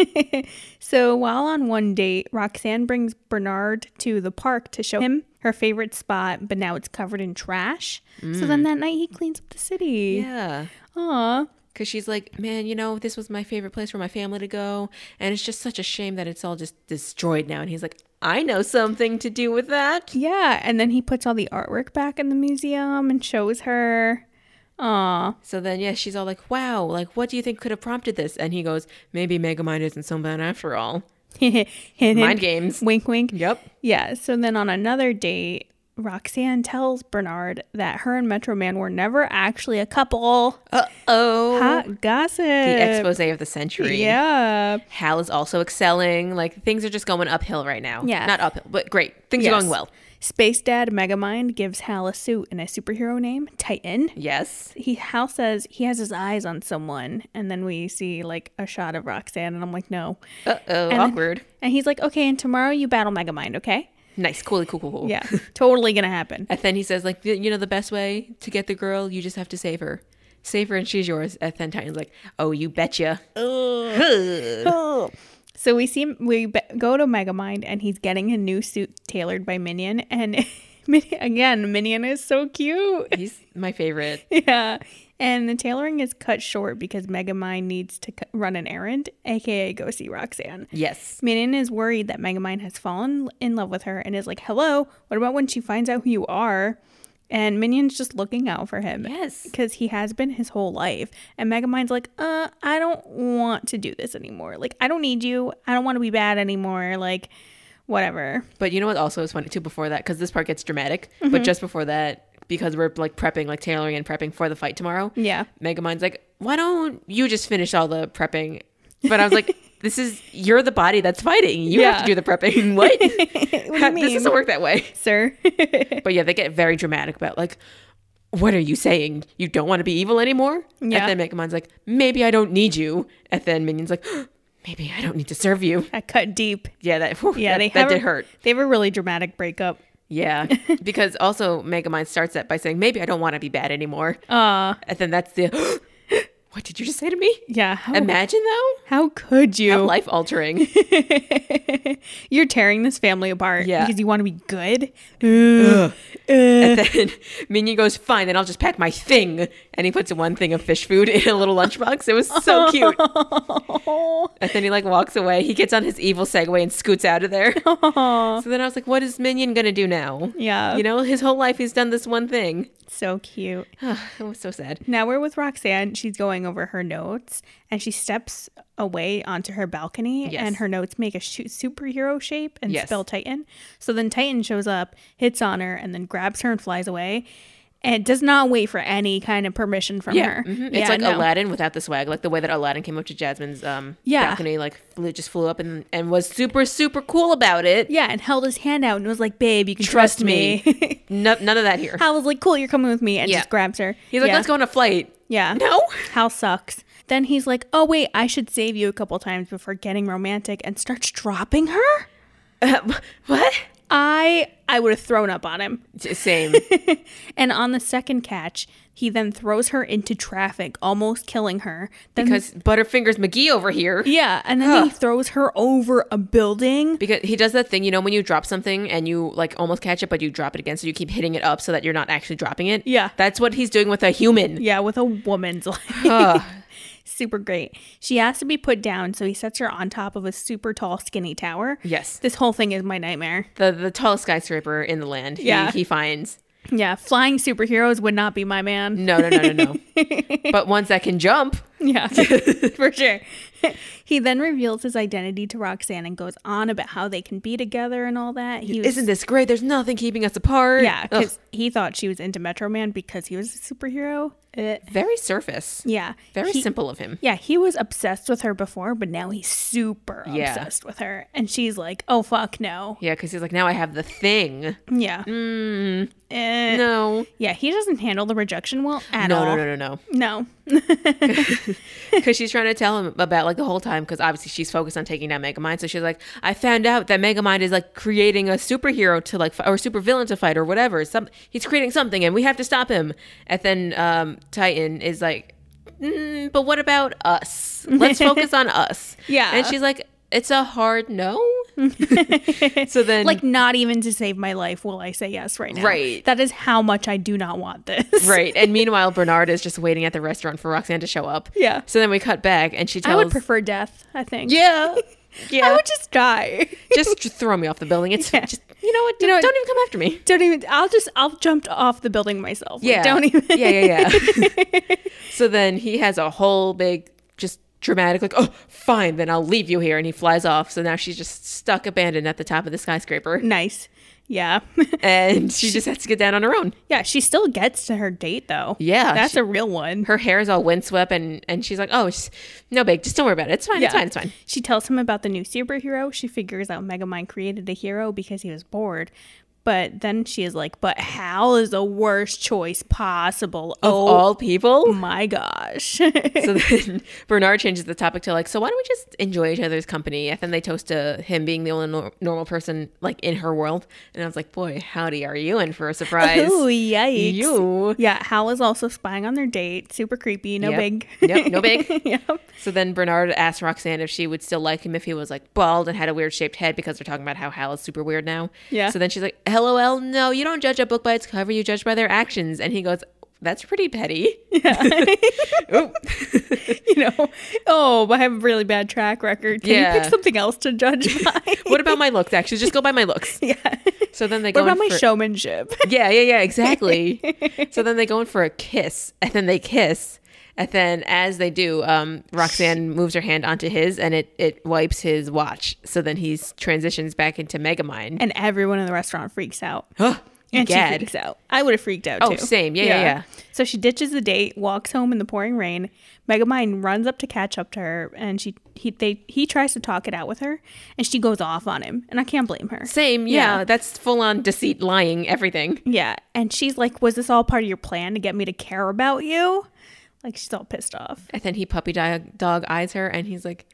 [SPEAKER 1] So while on one date, Roxanne brings Bernard to the park to show him her favorite spot, but now it's covered in trash. So then that night he cleans up the city.
[SPEAKER 2] Mm. Yeah.
[SPEAKER 1] Aw.
[SPEAKER 2] Because she's like, man, you know, this was my favorite place for my family to go. And it's just such a shame that it's all just destroyed now. And he's like, I know something to do with that.
[SPEAKER 1] Yeah. And then he puts all the artwork back in the museum and shows her. Aw.
[SPEAKER 2] So then, yeah, she's all like, wow, like, what do you think could have prompted this? And he goes, maybe Megamind isn't so bad after all.
[SPEAKER 1] Hint, hint.
[SPEAKER 2] Mind Mm. games.
[SPEAKER 1] Wink, wink.
[SPEAKER 2] Yep.
[SPEAKER 1] Yeah. So then on another date, Roxanne tells Bernard that her and Metro Man were never actually a couple.
[SPEAKER 2] Uh oh.
[SPEAKER 1] Hot gossip.
[SPEAKER 2] The expose of the century.
[SPEAKER 1] Yeah.
[SPEAKER 2] Hal is also excelling. Like, things are just going uphill right now.
[SPEAKER 1] Yeah.
[SPEAKER 2] Not uphill, but great. Things
[SPEAKER 1] Yes.
[SPEAKER 2] are going well.
[SPEAKER 1] Space Dad Megamind gives Hal a suit and a superhero name, Titan.
[SPEAKER 2] Yes.
[SPEAKER 1] He Hal says he has his eyes on someone, and then we see like a shot of Roxanne, and I'm like, no.
[SPEAKER 2] Uh oh.
[SPEAKER 1] And-
[SPEAKER 2] Awkward.
[SPEAKER 1] And he's like, okay, and tomorrow you battle Megamind, okay?
[SPEAKER 2] Nice. Cool, cool, cool, cool.
[SPEAKER 1] Yeah, totally gonna happen.
[SPEAKER 2] And then he says, like, you know, the best way to get the girl, you just have to save her. Save her and she's yours. And then Titan's like, oh, you betcha. Huh.
[SPEAKER 1] So we see we be- go to Megamind, and he's getting a new suit tailored by Minion, and Min- again, Minion is so cute.
[SPEAKER 2] He's my favorite.
[SPEAKER 1] yeah. And the tailoring is cut short because Megamind needs to c- run an errand, aka go see Roxanne.
[SPEAKER 2] Yes.
[SPEAKER 1] Minion is worried that Megamind has fallen in love with her and is like, hello, what about when she finds out who you are? And Minion's just looking out for him.
[SPEAKER 2] Yes.
[SPEAKER 1] Because he has been his whole life. And Megamind's like, uh, I don't want to do this anymore. Like, I don't need you. I don't want to be bad anymore. Like, whatever.
[SPEAKER 2] But you know what also is funny too before that? Because this part gets dramatic.
[SPEAKER 1] Mm-hmm.
[SPEAKER 2] But just before that, because we're like prepping, like tailoring and prepping for the fight tomorrow,
[SPEAKER 1] Yeah.
[SPEAKER 2] Megamind's like, why don't you just finish all the prepping? But I was like, this is, you're the body that's fighting. You have to do
[SPEAKER 1] Yeah.
[SPEAKER 2] the prepping. what?
[SPEAKER 1] what do you
[SPEAKER 2] This
[SPEAKER 1] mean,
[SPEAKER 2] doesn't work that way.
[SPEAKER 1] sir?
[SPEAKER 2] But yeah, they get very dramatic about like, what are you saying? You don't want to be evil anymore?
[SPEAKER 1] Yeah.
[SPEAKER 2] And then Megamind's like, maybe I don't need you. And then Minion's like, maybe I don't need to serve you.
[SPEAKER 1] I cut deep.
[SPEAKER 2] Yeah, that whew,
[SPEAKER 1] Yeah,
[SPEAKER 2] that,
[SPEAKER 1] they
[SPEAKER 2] that
[SPEAKER 1] have a-
[SPEAKER 2] did hurt.
[SPEAKER 1] They have a really dramatic breakup.
[SPEAKER 2] Yeah, because also Megamind starts that by saying, maybe I don't want to be bad anymore.
[SPEAKER 1] Uh,
[SPEAKER 2] And then that's the, what did you just say to me?
[SPEAKER 1] yeah. How,
[SPEAKER 2] Imagine though,
[SPEAKER 1] how could you?
[SPEAKER 2] how life altering.
[SPEAKER 1] You're tearing this family apart
[SPEAKER 2] Yeah.
[SPEAKER 1] because you want to be good. Ugh. Ugh.
[SPEAKER 2] and then Minion goes, fine, then I'll just pack my thing. And he puts one thing of fish food in a little lunchbox. It was so cute. And then he like walks away. He gets on his evil Segway and scoots out of there.
[SPEAKER 1] Aw.
[SPEAKER 2] So then I was like, what is Minion gonna do now?
[SPEAKER 1] Yeah.
[SPEAKER 2] You know, his whole life he's done this one thing.
[SPEAKER 1] so cute.
[SPEAKER 2] it was so sad.
[SPEAKER 1] Now we're with Roxanne. She's going over her notes and she steps away onto her balcony
[SPEAKER 2] Yes.
[SPEAKER 1] and her notes make a shoot superhero shape and
[SPEAKER 2] Yes.
[SPEAKER 1] spell Titan. So then Titan shows up, hits on her, and then grabs her and flies away and does not wait for any kind of permission from her.
[SPEAKER 2] Mhm. It's like
[SPEAKER 1] no.
[SPEAKER 2] Aladdin without the swag, like the way that Aladdin came up to Jasmine's um
[SPEAKER 1] Yeah.
[SPEAKER 2] balcony, like flew, just flew up and, and was super, super cool about it.
[SPEAKER 1] Yeah, and held his hand out and was like, babe, you can trust,
[SPEAKER 2] Trust me."
[SPEAKER 1] me.
[SPEAKER 2] No, none of that here.
[SPEAKER 1] Hal was like, cool, you're coming with me, and
[SPEAKER 2] Yeah.
[SPEAKER 1] just grabs her.
[SPEAKER 2] He's like,
[SPEAKER 1] yeah.
[SPEAKER 2] let's go on a flight.
[SPEAKER 1] Yeah.
[SPEAKER 2] No.
[SPEAKER 1] Hal sucks. Then he's like, oh, wait, I should save you a couple times before getting romantic and starts dropping her.
[SPEAKER 2] Uh, what?
[SPEAKER 1] I I would have thrown up on him.
[SPEAKER 2] Same.
[SPEAKER 1] And on the second catch, he then throws her into traffic, almost killing her. Then
[SPEAKER 2] Because Butterfingers McGee over here.
[SPEAKER 1] yeah, and then he throws her over a building.
[SPEAKER 2] Because he does that thing, you know, when you drop something and you like almost catch it, but you drop it again, so you keep hitting it up so that you're not actually dropping it.
[SPEAKER 1] Yeah.
[SPEAKER 2] That's what he's doing with a human.
[SPEAKER 1] Yeah, with a woman's leg.
[SPEAKER 2] Ugh.
[SPEAKER 1] super great. She has to be put down, so he sets her on top of a super tall, skinny tower.
[SPEAKER 2] yes.
[SPEAKER 1] This whole thing is my nightmare.
[SPEAKER 2] The the tallest skyscraper in the land. he-
[SPEAKER 1] Yeah.
[SPEAKER 2] He, finds.
[SPEAKER 1] Yeah, flying superheroes would not be my man.
[SPEAKER 2] No, no, no, no, no. but ones that can jump.
[SPEAKER 1] Yeah, for sure. he then reveals his identity to Roxanne and goes on about how they can be together and all that. He was,
[SPEAKER 2] Isn't this great? There's nothing keeping us apart.
[SPEAKER 1] yeah,
[SPEAKER 2] Ugh.
[SPEAKER 1] because he thought she was into Metro Man because he was a superhero. Eh.
[SPEAKER 2] Very surface.
[SPEAKER 1] yeah,
[SPEAKER 2] Uh, Very
[SPEAKER 1] He-
[SPEAKER 2] simple of him.
[SPEAKER 1] Yeah, he was obsessed with her before, but now he's super
[SPEAKER 2] Yeah.
[SPEAKER 1] obsessed with her, and she's like, "Oh fuck no."
[SPEAKER 2] Yeah, because he's like, now I have the thing.
[SPEAKER 1] Yeah. Mm.
[SPEAKER 2] No.
[SPEAKER 1] Yeah, he doesn't handle the rejection well at
[SPEAKER 2] No,
[SPEAKER 1] all.
[SPEAKER 2] no, no, no, no.
[SPEAKER 1] no.
[SPEAKER 2] Because she's trying to tell him about like the whole time. Because obviously she's focused on taking down Megamind. So she's like, I found out that Megamind is like creating a superhero to like fi- or supervillain to fight or whatever. Some he's creating something, and we have to stop him. And then um, Titan is like, mm, but what about us? Let's focus on us.
[SPEAKER 1] Yeah.
[SPEAKER 2] And she's like, it's a hard no. so then
[SPEAKER 1] Like, not even to save my life will I say yes right now.
[SPEAKER 2] Right.
[SPEAKER 1] That is how much I do not want this.
[SPEAKER 2] Right. And meanwhile, Bernard is just waiting at the restaurant for Roxanne to show up.
[SPEAKER 1] Yeah.
[SPEAKER 2] So then we cut back and she
[SPEAKER 1] I
[SPEAKER 2] tells
[SPEAKER 1] would prefer death, I think.
[SPEAKER 2] Yeah.
[SPEAKER 1] I
[SPEAKER 2] Yeah.
[SPEAKER 1] would just die.
[SPEAKER 2] just, just throw me off the building. It's
[SPEAKER 1] Yeah.
[SPEAKER 2] just you know what?
[SPEAKER 1] know what?
[SPEAKER 2] don't even come after me.
[SPEAKER 1] Don't even I'll just I'll jump off the building myself. Like,
[SPEAKER 2] Yeah.
[SPEAKER 1] don't even
[SPEAKER 2] yeah, yeah, yeah. so then he has a whole big just dramatic like, "Oh, fine, then I'll leave you here." And he flies off. So now she's just stuck abandoned at the top of the skyscraper
[SPEAKER 1] Nice. Yeah.
[SPEAKER 2] and she just has to get down on her own.
[SPEAKER 1] yeah, she still gets to her date though.
[SPEAKER 2] Yeah,
[SPEAKER 1] That's
[SPEAKER 2] she-
[SPEAKER 1] a real one.
[SPEAKER 2] Her hair is all windswept and and she's like, "Oh, it's no big. Just don't worry about it. It's fine. It's
[SPEAKER 1] Yeah.
[SPEAKER 2] fine. It's fine."
[SPEAKER 1] She tells him about the new superhero. She figures out Megamind created a hero because he was bored. But then she is like, but Hal is the worst choice possible. oh
[SPEAKER 2] All people
[SPEAKER 1] my gosh.
[SPEAKER 2] So then Bernard changes the topic to like, so why don't we just enjoy each other's company? And then they toast to him being the only nor- normal person like in her world. And I was like, boy, howdy, are you in for a surprise?
[SPEAKER 1] Ooh, yikes.
[SPEAKER 2] you.
[SPEAKER 1] Yeah, Hal is also spying on their date. Super creepy. No
[SPEAKER 2] Yep.
[SPEAKER 1] big.
[SPEAKER 2] Yep, no big.
[SPEAKER 1] yep.
[SPEAKER 2] So then Bernard asked Roxanne if she would still like him if he was like bald and had a weird shaped head because they're talking about how Hal is super weird now.
[SPEAKER 1] Yeah.
[SPEAKER 2] So then she's like, LOL, no, you don't judge a book by its cover, you judge by their actions. And he goes, that's pretty petty. Ooh.
[SPEAKER 1] You know, oh, I have a really bad track record. Can you
[SPEAKER 2] Yeah.
[SPEAKER 1] pick something else to judge by?
[SPEAKER 2] what about my looks? Actually, just go by my looks.
[SPEAKER 1] yeah. What
[SPEAKER 2] So then they go. in
[SPEAKER 1] about my
[SPEAKER 2] for-
[SPEAKER 1] showmanship?
[SPEAKER 2] Yeah, yeah, yeah, exactly. so then they go in for a kiss, and then they kiss, and then as they do, um, Roxanne moves her hand onto his, and it it wipes his watch. So then he transitions back into Megamind.
[SPEAKER 1] and everyone in the restaurant freaks out. And she
[SPEAKER 2] Gad.
[SPEAKER 1] freaks out. I would have freaked out
[SPEAKER 2] Oh,
[SPEAKER 1] too.
[SPEAKER 2] same. Yeah, yeah, yeah.
[SPEAKER 1] So she ditches the date, walks home in the pouring rain. Megamind runs up to catch up to her, and she he they he tries to talk it out with her, and she goes off on him, and I can't blame her.
[SPEAKER 2] Same, yeah,
[SPEAKER 1] Yeah.
[SPEAKER 2] That's full on deceit, lying, everything.
[SPEAKER 1] Yeah, and she's like, "Was this all part of your plan to get me to care about you?" Like she's all pissed off.
[SPEAKER 2] And then he puppy dog, dog eyes her, and he's like,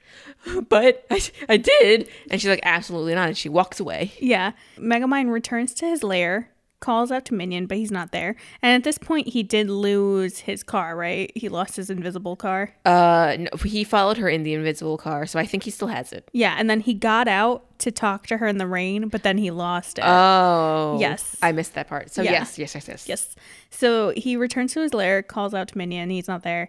[SPEAKER 2] "But I, I did." And she's like, "Absolutely not." And she walks away.
[SPEAKER 1] Yeah, Megamind returns to his lair, calls out to Minion, but he's not there. And at this point, he did lose his car, right? He lost his invisible car.
[SPEAKER 2] Uh, no, he followed her in the invisible car, so I think he still has it.
[SPEAKER 1] Yeah, and then he got out to talk to her in the rain, but then he lost it.
[SPEAKER 2] Oh,
[SPEAKER 1] Yes.
[SPEAKER 2] I missed that part. So
[SPEAKER 1] Yeah.
[SPEAKER 2] yes, yes, yes, yes.
[SPEAKER 1] yes. So he returns to his lair, calls out to Minion, he's not there.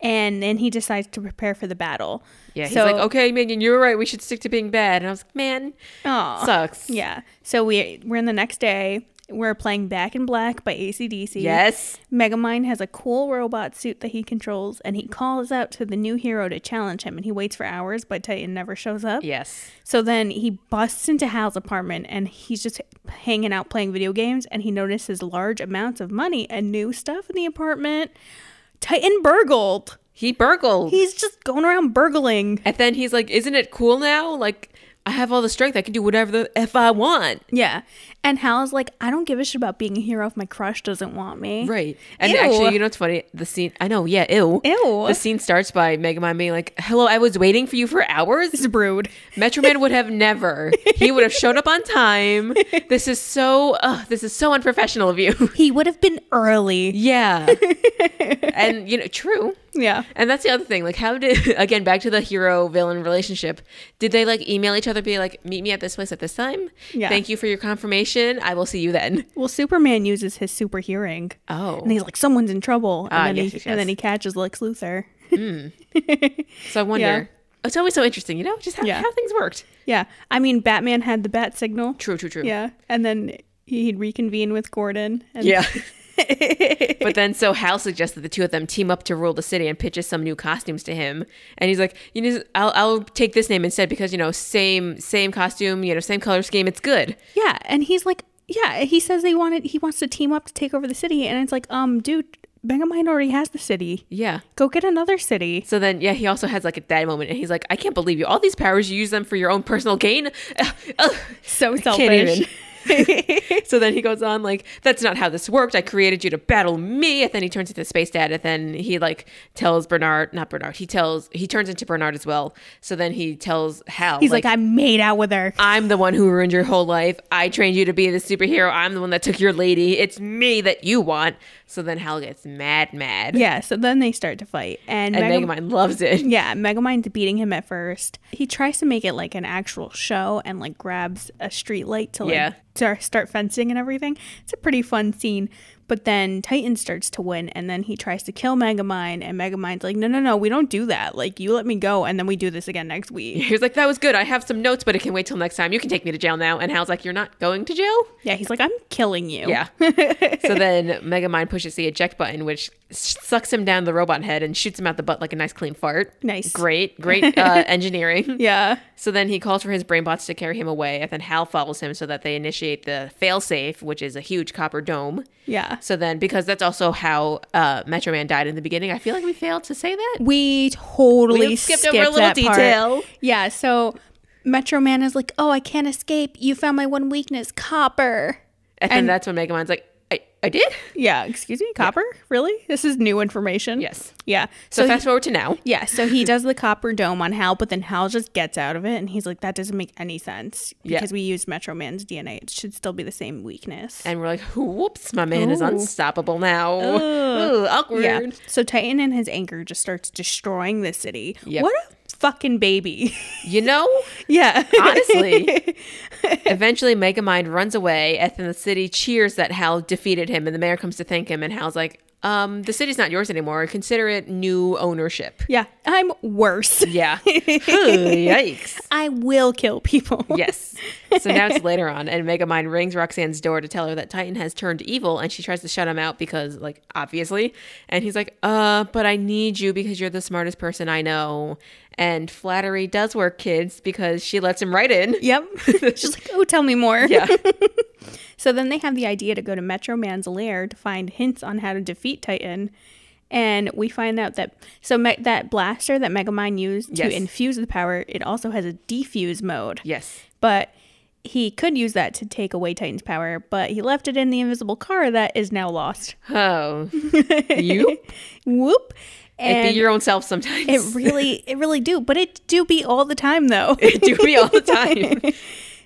[SPEAKER 1] And then he decides to prepare for the battle.
[SPEAKER 2] Yeah, he's
[SPEAKER 1] so,
[SPEAKER 2] like, "Oh, okay, Minion, you were right. We should stick to being bad. And I was like, man, Uh,
[SPEAKER 1] aw.
[SPEAKER 2] sucks.
[SPEAKER 1] Yeah. So we we're in the next day. We're playing Back in Black by ACDC.
[SPEAKER 2] Yes.
[SPEAKER 1] Megamind has a cool robot suit that he controls, and he calls out to the new hero to challenge him. And he waits for hours, but Titan never shows up.
[SPEAKER 2] Yes.
[SPEAKER 1] So then he busts into Hal's apartment and he's just hanging out playing video games and he notices large amounts of money and new stuff in the apartment. Titan burgled.
[SPEAKER 2] He burgled.
[SPEAKER 1] He's just going around burgling.
[SPEAKER 2] and then he's like, isn't it cool now? Like, I have all the strength. I can do whatever the F I want.
[SPEAKER 1] Yeah. And Hal's like, I don't give a shit about being a hero if my crush doesn't want me.
[SPEAKER 2] Right. And
[SPEAKER 1] Ew.
[SPEAKER 2] actually, you know what's funny? The scene, I know, yeah, ew.
[SPEAKER 1] Ew.
[SPEAKER 2] The scene starts by Megamind being like, hello, I was waiting for you for hours.
[SPEAKER 1] This is brood.
[SPEAKER 2] Metro Man would have never. He would have showed up on time. This is so, ugh, this is so unprofessional of you.
[SPEAKER 1] He would have been early.
[SPEAKER 2] Yeah. and, you know, true.
[SPEAKER 1] Yeah.
[SPEAKER 2] And that's the other thing. Like, how did, again, back to the hero villain relationship, did they like email each other, be like, meet me at this place at this time?
[SPEAKER 1] Yeah.
[SPEAKER 2] Thank you for your confirmation. I will see you then.
[SPEAKER 1] Well, Superman uses his super hearing.
[SPEAKER 2] Oh.
[SPEAKER 1] And he's like, someone's in trouble. And,
[SPEAKER 2] Ah,
[SPEAKER 1] then,
[SPEAKER 2] yes,
[SPEAKER 1] he,
[SPEAKER 2] yes,
[SPEAKER 1] and then
[SPEAKER 2] yes.
[SPEAKER 1] he catches Lex Luthor.
[SPEAKER 2] So I wonder.
[SPEAKER 1] Yeah.
[SPEAKER 2] It's always so interesting, you know, just how,
[SPEAKER 1] Yeah.
[SPEAKER 2] how things worked.
[SPEAKER 1] Yeah. I mean, Batman had the bat signal.
[SPEAKER 2] True, true, true.
[SPEAKER 1] Yeah. And then he'd reconvene with Gordon. And
[SPEAKER 2] Yeah. but then, so Hal suggests that the two of them team up to rule the city and pitches some new costumes to him. And he's like, "You know, I'll, I'll take this name instead because you know, same same costume, you know, same color scheme. It's good."
[SPEAKER 1] Yeah, and he's like, yeah, he says they wanted he wants to team up to take over the city, and it's like, um, dude, Megamind already has the city.
[SPEAKER 2] Yeah.
[SPEAKER 1] Go get another city.
[SPEAKER 2] So then, yeah, he also has like at that moment, and he's like, "I can't believe you! All these powers, you use them for your own personal gain." Ugh, ugh."
[SPEAKER 1] So
[SPEAKER 2] even.
[SPEAKER 1] selfish.
[SPEAKER 2] so then he goes on like, "That's not how this worked. I created you to battle me." And then he turns into Space Dad, and then he like tells Bernard, not Bernard, he tells he turns into Bernard as well. So then he tells Hal,
[SPEAKER 1] He's like, I made out with her.
[SPEAKER 2] I'm the one who ruined your whole life. I trained you to be the superhero. I'm the one that took your lady. It's me that you want. So then Hal gets mad, mad.
[SPEAKER 1] yeah. So then they start to fight, and,
[SPEAKER 2] And
[SPEAKER 1] Megam-
[SPEAKER 2] Megamind loves it.
[SPEAKER 1] yeah, Megamind's beating him at first. He tries to make it like an actual show, and like grabs a street light to like
[SPEAKER 2] Yeah.
[SPEAKER 1] to start fencing and everything. It's a pretty fun scene. But then Titan starts to win, and then he tries to kill Megamind, and Megamind's like, no, no, no, we don't do that. Like, you let me go, and then we do this again next week.
[SPEAKER 2] He was like, That was good. I have some notes, but it can wait till next time. You can take me to jail now. And Hal's like, You're not going to jail?
[SPEAKER 1] Yeah, he's like, I'm killing you.
[SPEAKER 2] Yeah. so then Megamind pushes the eject button, which sucks him down the robot head and shoots him out the butt like a nice clean fart.
[SPEAKER 1] Nice.
[SPEAKER 2] Great, great uh, engineering.
[SPEAKER 1] Yeah.
[SPEAKER 2] So then he calls for his brainbots to carry him away, and then Hal follows him so that they initiate the failsafe, which is a huge copper dome.
[SPEAKER 1] Yeah.
[SPEAKER 2] So then, because that's also how uh, Metro Man died in the beginning, I feel like we failed to say that.
[SPEAKER 1] We totally
[SPEAKER 2] We
[SPEAKER 1] skipped, over a little detail.
[SPEAKER 2] detail.
[SPEAKER 1] Yeah, so Metro Man is like, Oh, I can't escape. You found my one weakness, copper.
[SPEAKER 2] And, then
[SPEAKER 1] And-
[SPEAKER 2] that's when Megamind's like, I, I did?
[SPEAKER 1] Yeah, excuse me, copper? Really? This is new information.
[SPEAKER 2] Yes.
[SPEAKER 1] Yeah. So,
[SPEAKER 2] So,
[SPEAKER 1] he-
[SPEAKER 2] fast forward to now.
[SPEAKER 1] yeah, so he does the copper dome on Hal, but then Hal just gets out of it and he's like, That doesn't make any sense.
[SPEAKER 2] Yeah.
[SPEAKER 1] Because we used Metro Man's DNA. It should still be the same weakness.
[SPEAKER 2] And we're like, whoops, my man is
[SPEAKER 1] Ooh.
[SPEAKER 2] unstoppable now. Ooh, awkward.
[SPEAKER 1] yeah. So Titan and his anger just starts destroying the city.
[SPEAKER 2] Yep.
[SPEAKER 1] What a fucking baby.
[SPEAKER 2] You know,
[SPEAKER 1] Yeah.
[SPEAKER 2] honestly, eventually Megamind runs away, and then the city cheers that Hal defeated him, and the mayor comes to thank him, and Hal's like, um, the city's not yours anymore. Consider it new ownership.
[SPEAKER 1] yeah. I'm worse.
[SPEAKER 2] Yeah. Ooh, yikes.
[SPEAKER 1] I will kill people.
[SPEAKER 2] Yes. So now it's later on, and Megamind rings Roxanne's door to tell her that Titan has turned evil, and she tries to shut him out because, like, obviously. And he's like, uh, but I need you because you're the smartest person I know. And flattery does work, kids, because she lets him right in.
[SPEAKER 1] Yep. She's like, oh, tell me more.
[SPEAKER 2] Yeah.
[SPEAKER 1] So then they have the idea to go to Metro Man's lair to find hints on how to defeat Titan. And we find out that so me- that blaster that Megamind used
[SPEAKER 2] Yes.
[SPEAKER 1] to infuse the power, it also has a defuse mode.
[SPEAKER 2] yes.
[SPEAKER 1] But he could use that to take away Titan's power, but he left it in the invisible car that is now lost.
[SPEAKER 2] Oh. you?
[SPEAKER 1] Whoop.
[SPEAKER 2] Be
[SPEAKER 1] And
[SPEAKER 2] your own self sometimes.
[SPEAKER 1] It really, it really do, but it do be all the time though.
[SPEAKER 2] do me all the time.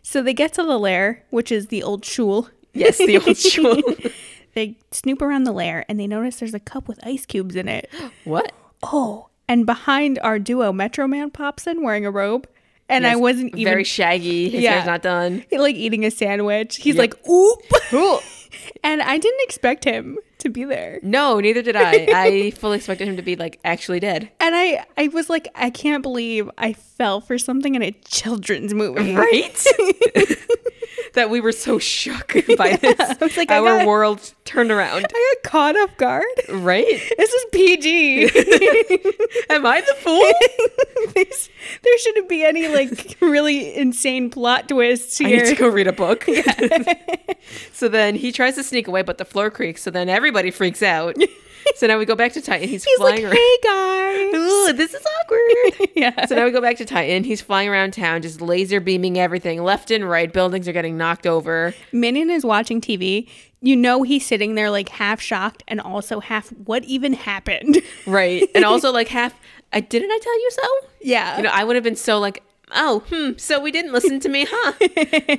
[SPEAKER 1] so they get to the lair, which is the old shul.
[SPEAKER 2] yes, the old school.
[SPEAKER 1] They snoop around the lair and they notice there's a cup with ice cubes in it.
[SPEAKER 2] what?
[SPEAKER 1] Oh, and behind our duo, Metro Man pops in wearing a robe, and I
[SPEAKER 2] Yes,
[SPEAKER 1] wasn't even
[SPEAKER 2] Very shaggy. His
[SPEAKER 1] Yeah.
[SPEAKER 2] hair's not done.
[SPEAKER 1] like eating a sandwich. He's like, oop,
[SPEAKER 2] Ooh.
[SPEAKER 1] and I didn't expect him to be there.
[SPEAKER 2] No, neither did I. I fully expected him to be like actually dead.
[SPEAKER 1] And I, I was like, I can't believe I fell for something in a children's movie.
[SPEAKER 2] Right? that we were so shook by this.
[SPEAKER 1] I was like, I
[SPEAKER 2] Our
[SPEAKER 1] got-
[SPEAKER 2] world turned around.
[SPEAKER 1] I got caught off guard.
[SPEAKER 2] Right?
[SPEAKER 1] This is PG.
[SPEAKER 2] Am I the fool?
[SPEAKER 1] There's- there shouldn't be any like really insane plot twists
[SPEAKER 2] I
[SPEAKER 1] here.
[SPEAKER 2] need to go read a book. so then he tries to sneak away, but the floor creaks. So then everybody freaks out. so now we go back to Titan. He's,
[SPEAKER 1] He's like,
[SPEAKER 2] flying around.
[SPEAKER 1] hey guys.
[SPEAKER 2] Ooh, this is awkward.
[SPEAKER 1] yeah.
[SPEAKER 2] so now we go back to Titan. He's flying around town, just laser beaming everything left and right. Buildings are getting knocked over.
[SPEAKER 1] Minion is watching TV. You know he's sitting there like half shocked and also half what even happened.
[SPEAKER 2] Right. And also, like, half, I didn't I tell you so?
[SPEAKER 1] yeah.
[SPEAKER 2] You know, I would have been so like, oh, hmm, so we didn't listen to me, huh?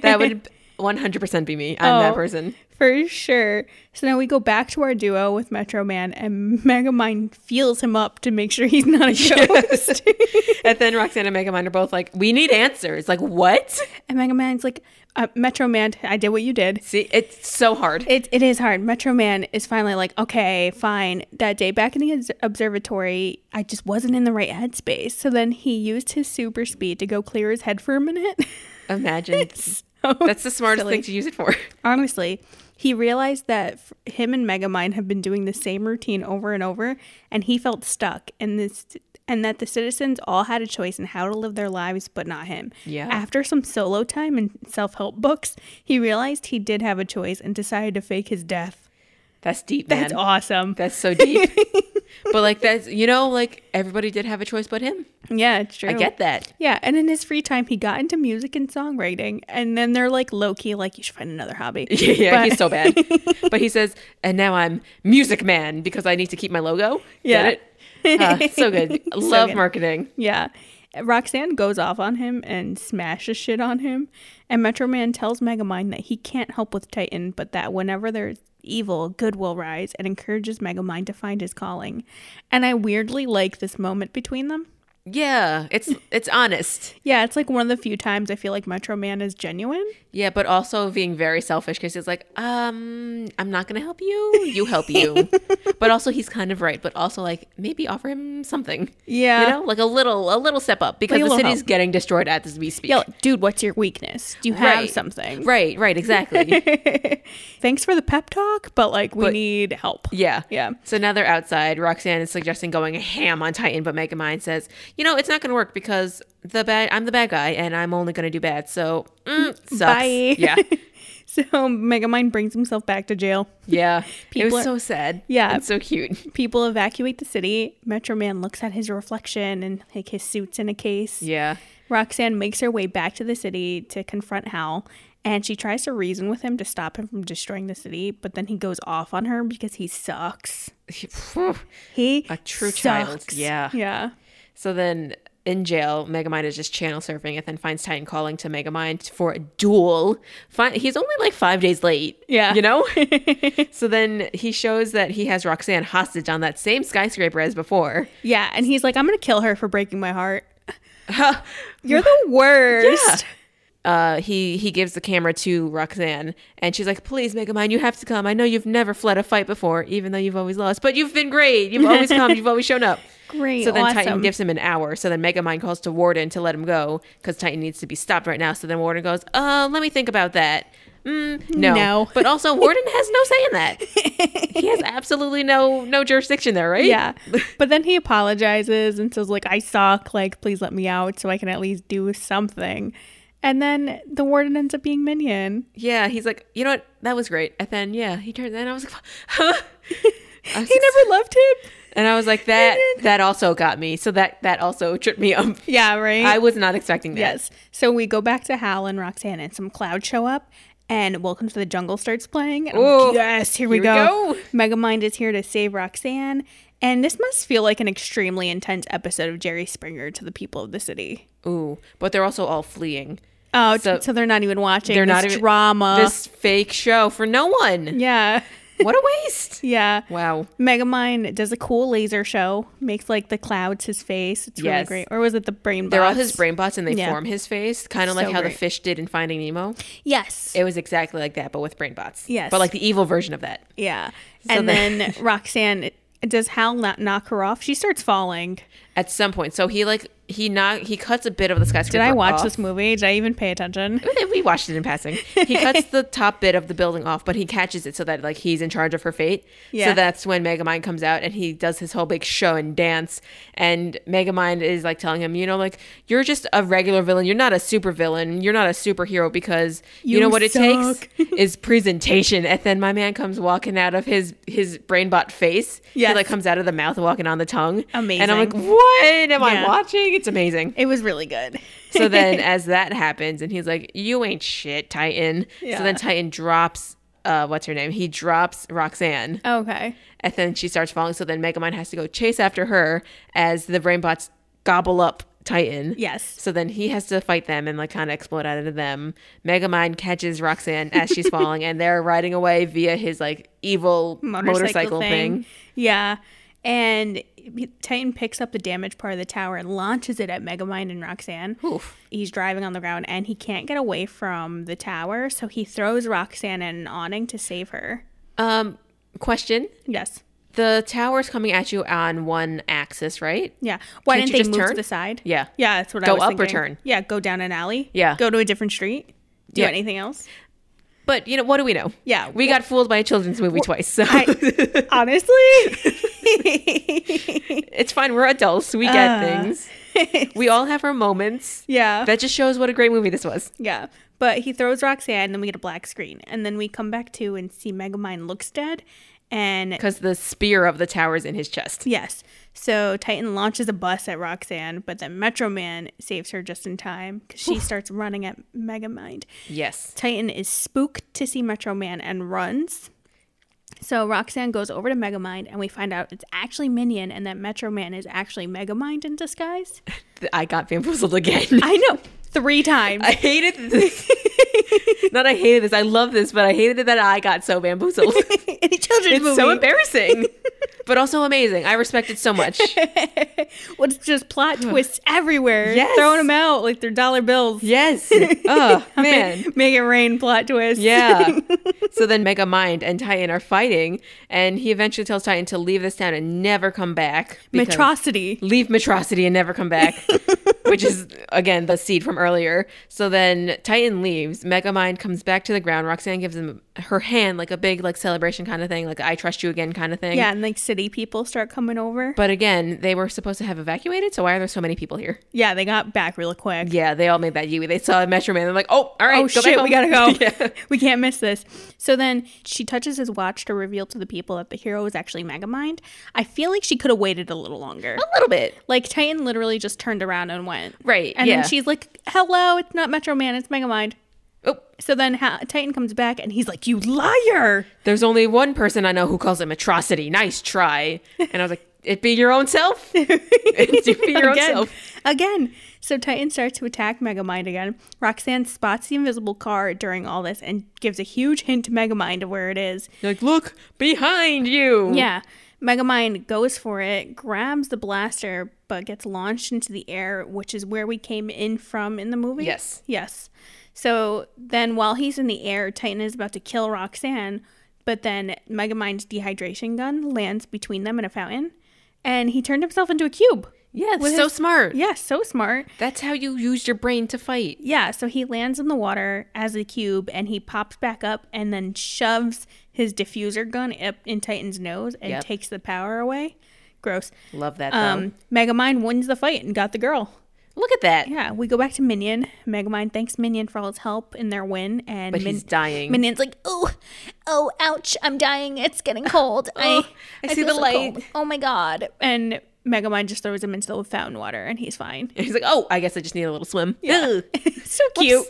[SPEAKER 2] that would 100% be me. I'm that
[SPEAKER 1] Oh.
[SPEAKER 2] person.
[SPEAKER 1] For sure. So now we go back to our duo with Metro Man, and Megamind feels him up to make sure he's not a ghost.
[SPEAKER 2] And then Roxanne and Megamind are both like, we need answers. Like, what?
[SPEAKER 1] and Megamind's like, uh, Metro Man, I did what you did.
[SPEAKER 2] See, it's so hard.
[SPEAKER 1] It, it is hard. Metro Man is finally like, okay, fine. That day back in the obs- observatory, I just wasn't in the right headspace. So then he used his super speed to go clear his head for a minute.
[SPEAKER 2] Imagine.
[SPEAKER 1] So
[SPEAKER 2] That's the smartest
[SPEAKER 1] silly.
[SPEAKER 2] thing to use it for.
[SPEAKER 1] Honestly, he realized that f- him and Megamind have been doing the same routine over and over, and he felt stuck. And this, and that the citizens all had a choice in how to live their lives, but not him.
[SPEAKER 2] Yeah.
[SPEAKER 1] After some solo time and self-help books, he realized he did have a choice and decided to fake his death.
[SPEAKER 2] That's deep, man.
[SPEAKER 1] That's
[SPEAKER 2] That's,
[SPEAKER 1] awesome.
[SPEAKER 2] so deep. but, like, that's, you know, like, everybody did have a choice but him.
[SPEAKER 1] yeah, it's true.
[SPEAKER 2] I get that.
[SPEAKER 1] Yeah, and in his free time, he got into music and songwriting. And then they're like low key, like you should find another hobby.
[SPEAKER 2] Yeah, yeah,
[SPEAKER 1] But-
[SPEAKER 2] he's so bad. But he says, and now I'm Music Man because I need to keep my logo.
[SPEAKER 1] Yeah.
[SPEAKER 2] Get it? Ah, so good.
[SPEAKER 1] So
[SPEAKER 2] Love
[SPEAKER 1] good.
[SPEAKER 2] marketing.
[SPEAKER 1] Yeah. Roxanne goes off on him and smashes shit on him. And Metro Man tells Megamind that he can't help with Titan, but that whenever there's evil, good will rise and encourages Megamind to find his calling. And I weirdly like this moment between them.
[SPEAKER 2] Yeah, it's it's honest.
[SPEAKER 1] Yeah, it's like one of the few times I feel like Metro Man is genuine.
[SPEAKER 2] Yeah, but also being very selfish because he's like, um, I'm not gonna help you. You help you. but also he's kind of right. But also like maybe offer him something.
[SPEAKER 1] Yeah.
[SPEAKER 2] you know, like a little a little step up because
[SPEAKER 1] a
[SPEAKER 2] the
[SPEAKER 1] little
[SPEAKER 2] city's
[SPEAKER 1] help.
[SPEAKER 2] getting destroyed as we speak.
[SPEAKER 1] Yeah, like, dude, what's your weakness? Do you have
[SPEAKER 2] Right.
[SPEAKER 1] something?
[SPEAKER 2] Right, right, exactly.
[SPEAKER 1] Thanks for the pep talk, but like we
[SPEAKER 2] But-
[SPEAKER 1] need help.
[SPEAKER 2] yeah,
[SPEAKER 1] Yeah.
[SPEAKER 2] So now they're outside. Roxanne is suggesting going ham on Titan, but Megamind says, you know, it's not gonna work because the bad I'm the bad guy and I'm only gonna do bad. So mm, sucks.
[SPEAKER 1] Bye.
[SPEAKER 2] Yeah,
[SPEAKER 1] So Megamind brings himself back to jail.
[SPEAKER 2] yeah. it
[SPEAKER 1] People
[SPEAKER 2] was
[SPEAKER 1] are-
[SPEAKER 2] so sad.
[SPEAKER 1] Yeah.
[SPEAKER 2] it's so cute.
[SPEAKER 1] People evacuate the city. Metro Man looks at his reflection and like his suits in a case.
[SPEAKER 2] Yeah.
[SPEAKER 1] Roxanne makes her way back to the city to confront Hal, and she tries to reason with him to stop him from destroying the city, but then he goes off on her because he sucks. He
[SPEAKER 2] A true child,
[SPEAKER 1] sucks.
[SPEAKER 2] yeah.
[SPEAKER 1] Yeah.
[SPEAKER 2] so then in jail, Megamind is just channel surfing and then finds Titan calling to Megamind for a duel. Fi- he's only like five days late.
[SPEAKER 1] Yeah.
[SPEAKER 2] You know? so then he shows that he has Roxanne hostage on that same skyscraper as before.
[SPEAKER 1] Yeah, and he's like, I'm gonna kill her for breaking my heart. You're the worst.
[SPEAKER 2] Uh, he he gives the camera to Roxanne and she's like, Please, Megamind, you have to come. I know you've never fled a fight before, even though you've always lost, but you've been great. You've always come, you've always shown up.
[SPEAKER 1] Great.
[SPEAKER 2] So then
[SPEAKER 1] awesome.
[SPEAKER 2] Titan gives him an hour. So then Megamind calls to Warden to let him go because Titan needs to be stopped right now. So then Warden goes, uh, let me think about that. Mm, no.
[SPEAKER 1] No.
[SPEAKER 2] But also Warden has no say in that. he has absolutely no no jurisdiction there, right?
[SPEAKER 1] Yeah. But then he apologizes and says, like, I suck. Like, please let me out so I can at least do something. And then the warden ends up being Minion.
[SPEAKER 2] Yeah. He's like, you know what? That was great. And then yeah, he turns and I was like, huh? I was
[SPEAKER 1] He
[SPEAKER 2] like-
[SPEAKER 1] never loved him.
[SPEAKER 2] and I was like, that that also got me. So that that also tripped me up.
[SPEAKER 1] Yeah, right?
[SPEAKER 2] I was not expecting that.
[SPEAKER 1] yes. So we go back to Hal and Roxanne, and some clouds show up, and Welcome to the Jungle starts playing. And I'm like,
[SPEAKER 2] Ooh.
[SPEAKER 1] yes, here we
[SPEAKER 2] Here we
[SPEAKER 1] go.
[SPEAKER 2] go.
[SPEAKER 1] Megamind is here to save Roxanne. And this must feel like an extremely intense episode of Jerry Springer to the people of the city.
[SPEAKER 2] Ooh. But they're also all fleeing.
[SPEAKER 1] Oh, t- so,
[SPEAKER 2] So-
[SPEAKER 1] they're not even watching.
[SPEAKER 2] They're
[SPEAKER 1] this
[SPEAKER 2] not even
[SPEAKER 1] drama.
[SPEAKER 2] This fake show for no one.
[SPEAKER 1] yeah.
[SPEAKER 2] What a waste.
[SPEAKER 1] Yeah.
[SPEAKER 2] Wow.
[SPEAKER 1] Megamind does a cool laser show, makes like the clouds his face. It's really
[SPEAKER 2] Yes.
[SPEAKER 1] great. Or was it the brain
[SPEAKER 2] They're all
[SPEAKER 1] bots?
[SPEAKER 2] his brain bots and they
[SPEAKER 1] Yeah.
[SPEAKER 2] form his face, kind of
[SPEAKER 1] So
[SPEAKER 2] like how
[SPEAKER 1] great.
[SPEAKER 2] the fish did in Finding Nemo.
[SPEAKER 1] Yes.
[SPEAKER 2] It was exactly like that, but with brain bots.
[SPEAKER 1] Yes.
[SPEAKER 2] But like the evil version of that.
[SPEAKER 1] yeah.
[SPEAKER 2] So
[SPEAKER 1] and
[SPEAKER 2] then-
[SPEAKER 1] then Roxanne does Hal not knock her off? She starts falling.
[SPEAKER 2] At some point. So he like he not he cuts a bit of the
[SPEAKER 1] Did
[SPEAKER 2] skyscraper.
[SPEAKER 1] I watch
[SPEAKER 2] off.
[SPEAKER 1] this movie? Did I even pay attention?
[SPEAKER 2] we watched it in passing. He cuts the top bit of the building off, but he catches it so that like he's in charge of her fate.
[SPEAKER 1] Yeah.
[SPEAKER 2] So that's when Megamind comes out and he does his whole big show and dance. And Megamind is like telling him, you know, like you're just a regular villain. You're not a super villain. You're not a superhero because you,
[SPEAKER 1] You
[SPEAKER 2] know what
[SPEAKER 1] suck."
[SPEAKER 2] it takes is presentation. And then my man comes walking out of his his brain bot face.
[SPEAKER 1] Yes.
[SPEAKER 2] He like comes out of the mouth walking on the tongue. And
[SPEAKER 1] Amazing.
[SPEAKER 2] I'm like, what am
[SPEAKER 1] Yeah.
[SPEAKER 2] I watching? It's amazing.
[SPEAKER 1] It was really good.
[SPEAKER 2] So then, as that happens, and he's like, "You ain't shit, Titan."
[SPEAKER 1] Yeah.
[SPEAKER 2] So then Titan drops. Uh, what's her name? He drops Roxanne,
[SPEAKER 1] okay.
[SPEAKER 2] and then she starts falling. So then Megamind has to go chase after her as the brainbots gobble up Titan.
[SPEAKER 1] Yes.
[SPEAKER 2] So then he has to fight them and like kind of explode out of them. Megamind catches Roxanne as she's falling, and they're riding away via his like evil motorcycle, thing.
[SPEAKER 1] Yeah. And Titan picks up the damaged part of the tower and launches it at Megamind and Roxanne.
[SPEAKER 2] Oof.
[SPEAKER 1] He's driving on the ground and he can't get away from the tower, so he throws Roxanne at an awning to save her.
[SPEAKER 2] Um, question:
[SPEAKER 1] Yes.
[SPEAKER 2] The tower's coming at you on one axis, right?
[SPEAKER 1] Yeah. Why didn't
[SPEAKER 2] Can't you
[SPEAKER 1] they
[SPEAKER 2] just
[SPEAKER 1] move to
[SPEAKER 2] turn?
[SPEAKER 1] the side?
[SPEAKER 2] Yeah.
[SPEAKER 1] Yeah, that's what I
[SPEAKER 2] Go
[SPEAKER 1] was
[SPEAKER 2] up or
[SPEAKER 1] thinking.
[SPEAKER 2] turn?
[SPEAKER 1] Yeah, go down an alley.
[SPEAKER 2] Yeah.
[SPEAKER 1] Go to a different street. Do
[SPEAKER 2] Yeah.
[SPEAKER 1] anything else?
[SPEAKER 2] But you know what do we know?
[SPEAKER 1] Yeah.
[SPEAKER 2] we got fooled by a children's movie twice. So
[SPEAKER 1] I, honestly.
[SPEAKER 2] it's fine. We're adults. We get
[SPEAKER 1] Uh.
[SPEAKER 2] things. We all have our moments.
[SPEAKER 1] yeah.
[SPEAKER 2] That just shows what a great movie this was.
[SPEAKER 1] Yeah. But he throws Roxanne, and then we get a black screen. And then we come back to and see Megamind looks dead. And
[SPEAKER 2] Because the spear of the tower's in his chest.
[SPEAKER 1] yes, so Titan launches a bus at Roxanne, but then Metro Man saves her just in time because she starts running at Megamind.
[SPEAKER 2] Yes.
[SPEAKER 1] Titan is spooked to see Metro Man and runs. So Roxanne goes over to Megamind, and we find out it's actually Minion and that Metro Man is actually Megamind in disguise.
[SPEAKER 2] Th- I got bamboozled again.
[SPEAKER 1] I know. Three times.
[SPEAKER 2] I hated this. Not I hated this. I love this, but I hated that I got so bamboozled.
[SPEAKER 1] Any children's
[SPEAKER 2] it's so embarrassing, but also amazing. I respect it so much.
[SPEAKER 1] Well, it's just plot twists everywhere.
[SPEAKER 2] Yes.
[SPEAKER 1] Throwing them out like they're dollar bills.
[SPEAKER 2] Yes. Oh, man.
[SPEAKER 1] Make it rain plot twist.
[SPEAKER 2] Yeah. so then Mega Mind and Titan are fighting, and he eventually tells Titan to leave this town and never come back. because-
[SPEAKER 1] Metrocity.
[SPEAKER 2] Leave Metrocity and never come back, which is, again, the seed from earlier. So then Titan leaves. Megamind comes back to the ground. Roxanne gives him her hand, like a big like celebration kind of thing, like I trust you again kind of thing.
[SPEAKER 1] Yeah, and like city people start coming over.
[SPEAKER 2] But again, they were supposed to have evacuated, so why are there so many people here?
[SPEAKER 1] yeah, they got back real quick.
[SPEAKER 2] Yeah, they all made that Yui. They saw Metro Man. They're like, oh, all right,
[SPEAKER 1] Oh
[SPEAKER 2] go back
[SPEAKER 1] shit,
[SPEAKER 2] home."
[SPEAKER 1] we gotta go.
[SPEAKER 2] Yeah.
[SPEAKER 1] We can't miss this. So then she touches his watch to reveal to the people that the hero is actually Megamind. I feel like she could have waited a little longer.
[SPEAKER 2] A little bit.
[SPEAKER 1] Like Titan literally just turned around and went.
[SPEAKER 2] Right,
[SPEAKER 1] And
[SPEAKER 2] yeah.
[SPEAKER 1] then she's like, "Hello, it's not Metro Man, it's Megamind."
[SPEAKER 2] Oh,
[SPEAKER 1] So then ha- Titan comes back and he's like, "You liar!"
[SPEAKER 2] there's only one person I know who calls him atrocity. Nice try. And I was like, it be your own self. it be your own
[SPEAKER 1] again,
[SPEAKER 2] self.
[SPEAKER 1] Again. So Titan starts to attack Megamind again. Roxanne spots the invisible car during all this and gives a huge hint to Megamind of where it is.
[SPEAKER 2] You're like, look behind you.
[SPEAKER 1] Yeah. Megamind goes for it, grabs the blaster, but gets launched into the air, which is where we came in from in the movie.
[SPEAKER 2] Yes.
[SPEAKER 1] Yes. So then while he's in the air, Titan is about to kill Roxanne, but then Megamind's dehydration gun lands between them in a fountain, and he turned himself into a cube.
[SPEAKER 2] Yeah,
[SPEAKER 1] With
[SPEAKER 2] so
[SPEAKER 1] his-
[SPEAKER 2] smart.
[SPEAKER 1] Yeah, so smart.
[SPEAKER 2] That's how you use your brain to fight.
[SPEAKER 1] Yeah, so he lands in the water as a cube and he pops back up and then shoves his diffuser gun up in Titan's nose and
[SPEAKER 2] Yep.
[SPEAKER 1] takes the power away. Gross.
[SPEAKER 2] Love that. Um,
[SPEAKER 1] Um, Megamind wins the fight and got the girl.
[SPEAKER 2] look at that.
[SPEAKER 1] Yeah, we go back to Minion. Megamind thanks Minion for all his help in their win, and
[SPEAKER 2] But
[SPEAKER 1] Min-
[SPEAKER 2] he's dying.
[SPEAKER 1] Minion's like, oh, oh, ouch, I'm dying. It's getting cold. I,
[SPEAKER 2] Oh, I see
[SPEAKER 1] feel
[SPEAKER 2] the
[SPEAKER 1] so
[SPEAKER 2] light."
[SPEAKER 1] cold. Oh my god! And Megamind just throws him into the fountain water, and he's fine.
[SPEAKER 2] He's like, oh, I guess I just need a little swim. Ugh.
[SPEAKER 1] so cute.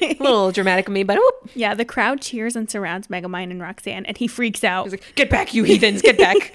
[SPEAKER 2] a little dramatic of me, but whoop.
[SPEAKER 1] Yeah, the crowd cheers and surrounds Megamind and Roxanne, and he freaks out.
[SPEAKER 2] He's like, get back, you heathens, get back.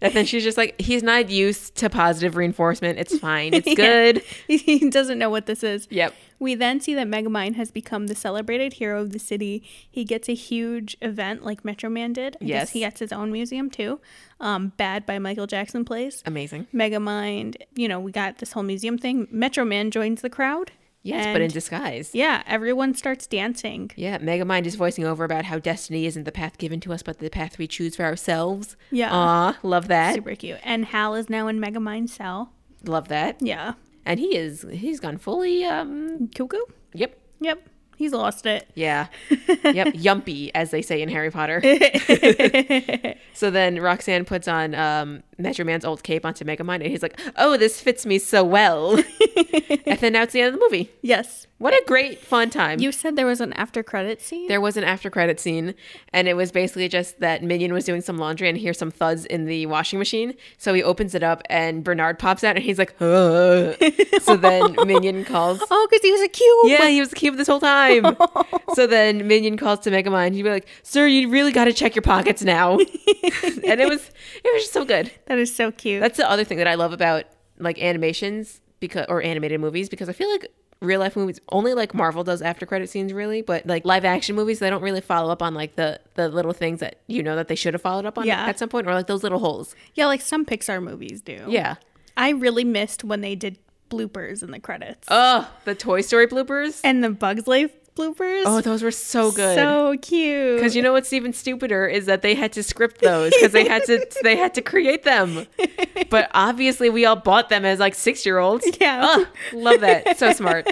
[SPEAKER 2] and then she's just like, he's not used to positive reinforcement. It's fine. It's good.
[SPEAKER 1] he doesn't know what this is.
[SPEAKER 2] Yep.
[SPEAKER 1] We then see that Megamind has become the celebrated hero of the city. He gets a huge event like Metro Man did. I guess
[SPEAKER 2] Yes.
[SPEAKER 1] he gets his own museum too. Um, Bad by Michael Jackson plays.
[SPEAKER 2] Amazing.
[SPEAKER 1] Megamind, you know, we got this whole museum thing. Metro Man joins the crowd.
[SPEAKER 2] Yes, but in
[SPEAKER 1] and-
[SPEAKER 2] disguise.
[SPEAKER 1] yeah, everyone starts dancing.
[SPEAKER 2] Yeah, Megamind is voicing over about how destiny isn't the path given to us, but the path we choose for ourselves.
[SPEAKER 1] Yeah.
[SPEAKER 2] Aw, love that.
[SPEAKER 1] Super cute. And Hal is now in Megamind's cell.
[SPEAKER 2] Love that.
[SPEAKER 1] Yeah.
[SPEAKER 2] and he is he's gone fully um
[SPEAKER 1] Cuckoo?
[SPEAKER 2] yep
[SPEAKER 1] Yep. He's lost it.
[SPEAKER 2] yeah yep yumpy as they say in harry potter so then roxanne puts on um metro man's old cape onto megamind and he's like oh this fits me so well and then now it's the end of the movie
[SPEAKER 1] yes.
[SPEAKER 2] what a great fun time
[SPEAKER 1] You said there was an after credit scene?
[SPEAKER 2] there was an after credit scene and it was basically just that minion was doing some laundry and hears some thuds in the washing machine so he opens it up and bernard pops out and he's like "Ugh." so then minion calls
[SPEAKER 1] oh, because he was a cube.
[SPEAKER 2] yeah he was the cube this whole time so then minion calls to megamind he'd be like sir you really got to check your pockets now and it was it was just so good
[SPEAKER 1] That is so cute.
[SPEAKER 2] that's the other thing that i love about like animations because or animated movies because i feel like real life movies only like marvel does after credit scenes really but like live action movies they don't really follow up on like the the little things that you know that they should have followed up on
[SPEAKER 1] Yeah.
[SPEAKER 2] at some point or like those little holes
[SPEAKER 1] yeah, like some Pixar movies do.
[SPEAKER 2] yeah
[SPEAKER 1] I really missed when they did bloopers in the credits.
[SPEAKER 2] oh the toy story bloopers
[SPEAKER 1] and the Bugs Life bloopers.
[SPEAKER 2] oh those were so good
[SPEAKER 1] So cute.
[SPEAKER 2] because you know what's even stupider is that they had to script those because they had to they had to create them but obviously we all bought them as like six year olds
[SPEAKER 1] Yeah.
[SPEAKER 2] oh, love that so smart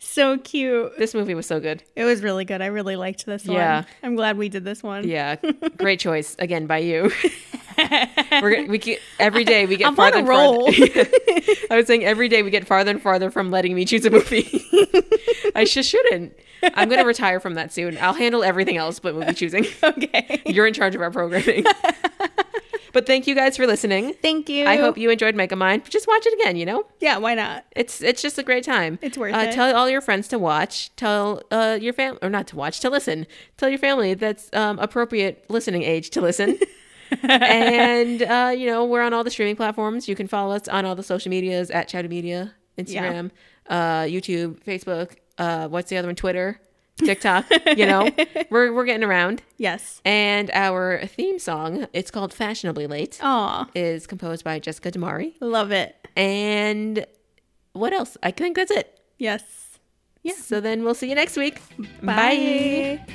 [SPEAKER 1] so cute.
[SPEAKER 2] this movie was so good
[SPEAKER 1] It was really good. I really liked this
[SPEAKER 2] Yeah.
[SPEAKER 1] one. I'm glad we did this one.
[SPEAKER 2] Yeah, great choice again by you. We're gonna, we get, every day we get
[SPEAKER 1] I'm on
[SPEAKER 2] farther
[SPEAKER 1] a
[SPEAKER 2] and farther. I was saying every day we get farther and farther from letting me choose a movie. I just shouldn't. I'm gonna retire from that soon. I'll handle everything else but movie choosing.
[SPEAKER 1] Okay.
[SPEAKER 2] You're in charge of our programming. but thank you guys for listening.
[SPEAKER 1] Thank you.
[SPEAKER 2] I hope you enjoyed Mega Mind. Just watch it again. You know,
[SPEAKER 1] Yeah, why not?
[SPEAKER 2] it's it's just a great time.
[SPEAKER 1] It's worth
[SPEAKER 2] uh,
[SPEAKER 1] it.
[SPEAKER 2] Tell all your friends to watch. Tell uh, your family, or not to watch, to listen. Tell your family that's um, appropriate listening age to listen. and uh, you know we're on all the streaming platforms. You can follow us on all the social medias at Chatty Media, Instagram, uh, YouTube, Facebook. Uh, what's the other one? Twitter, TikTok. you know we're we're getting around.
[SPEAKER 1] Yes.
[SPEAKER 2] And our theme song, it's called "Fashionably Late,"
[SPEAKER 1] Aw,
[SPEAKER 2] is composed by Jessica Damari.
[SPEAKER 1] love it.
[SPEAKER 2] And what else? I think that's it.
[SPEAKER 1] Yes.
[SPEAKER 2] So then we'll see you next week.
[SPEAKER 1] Bye.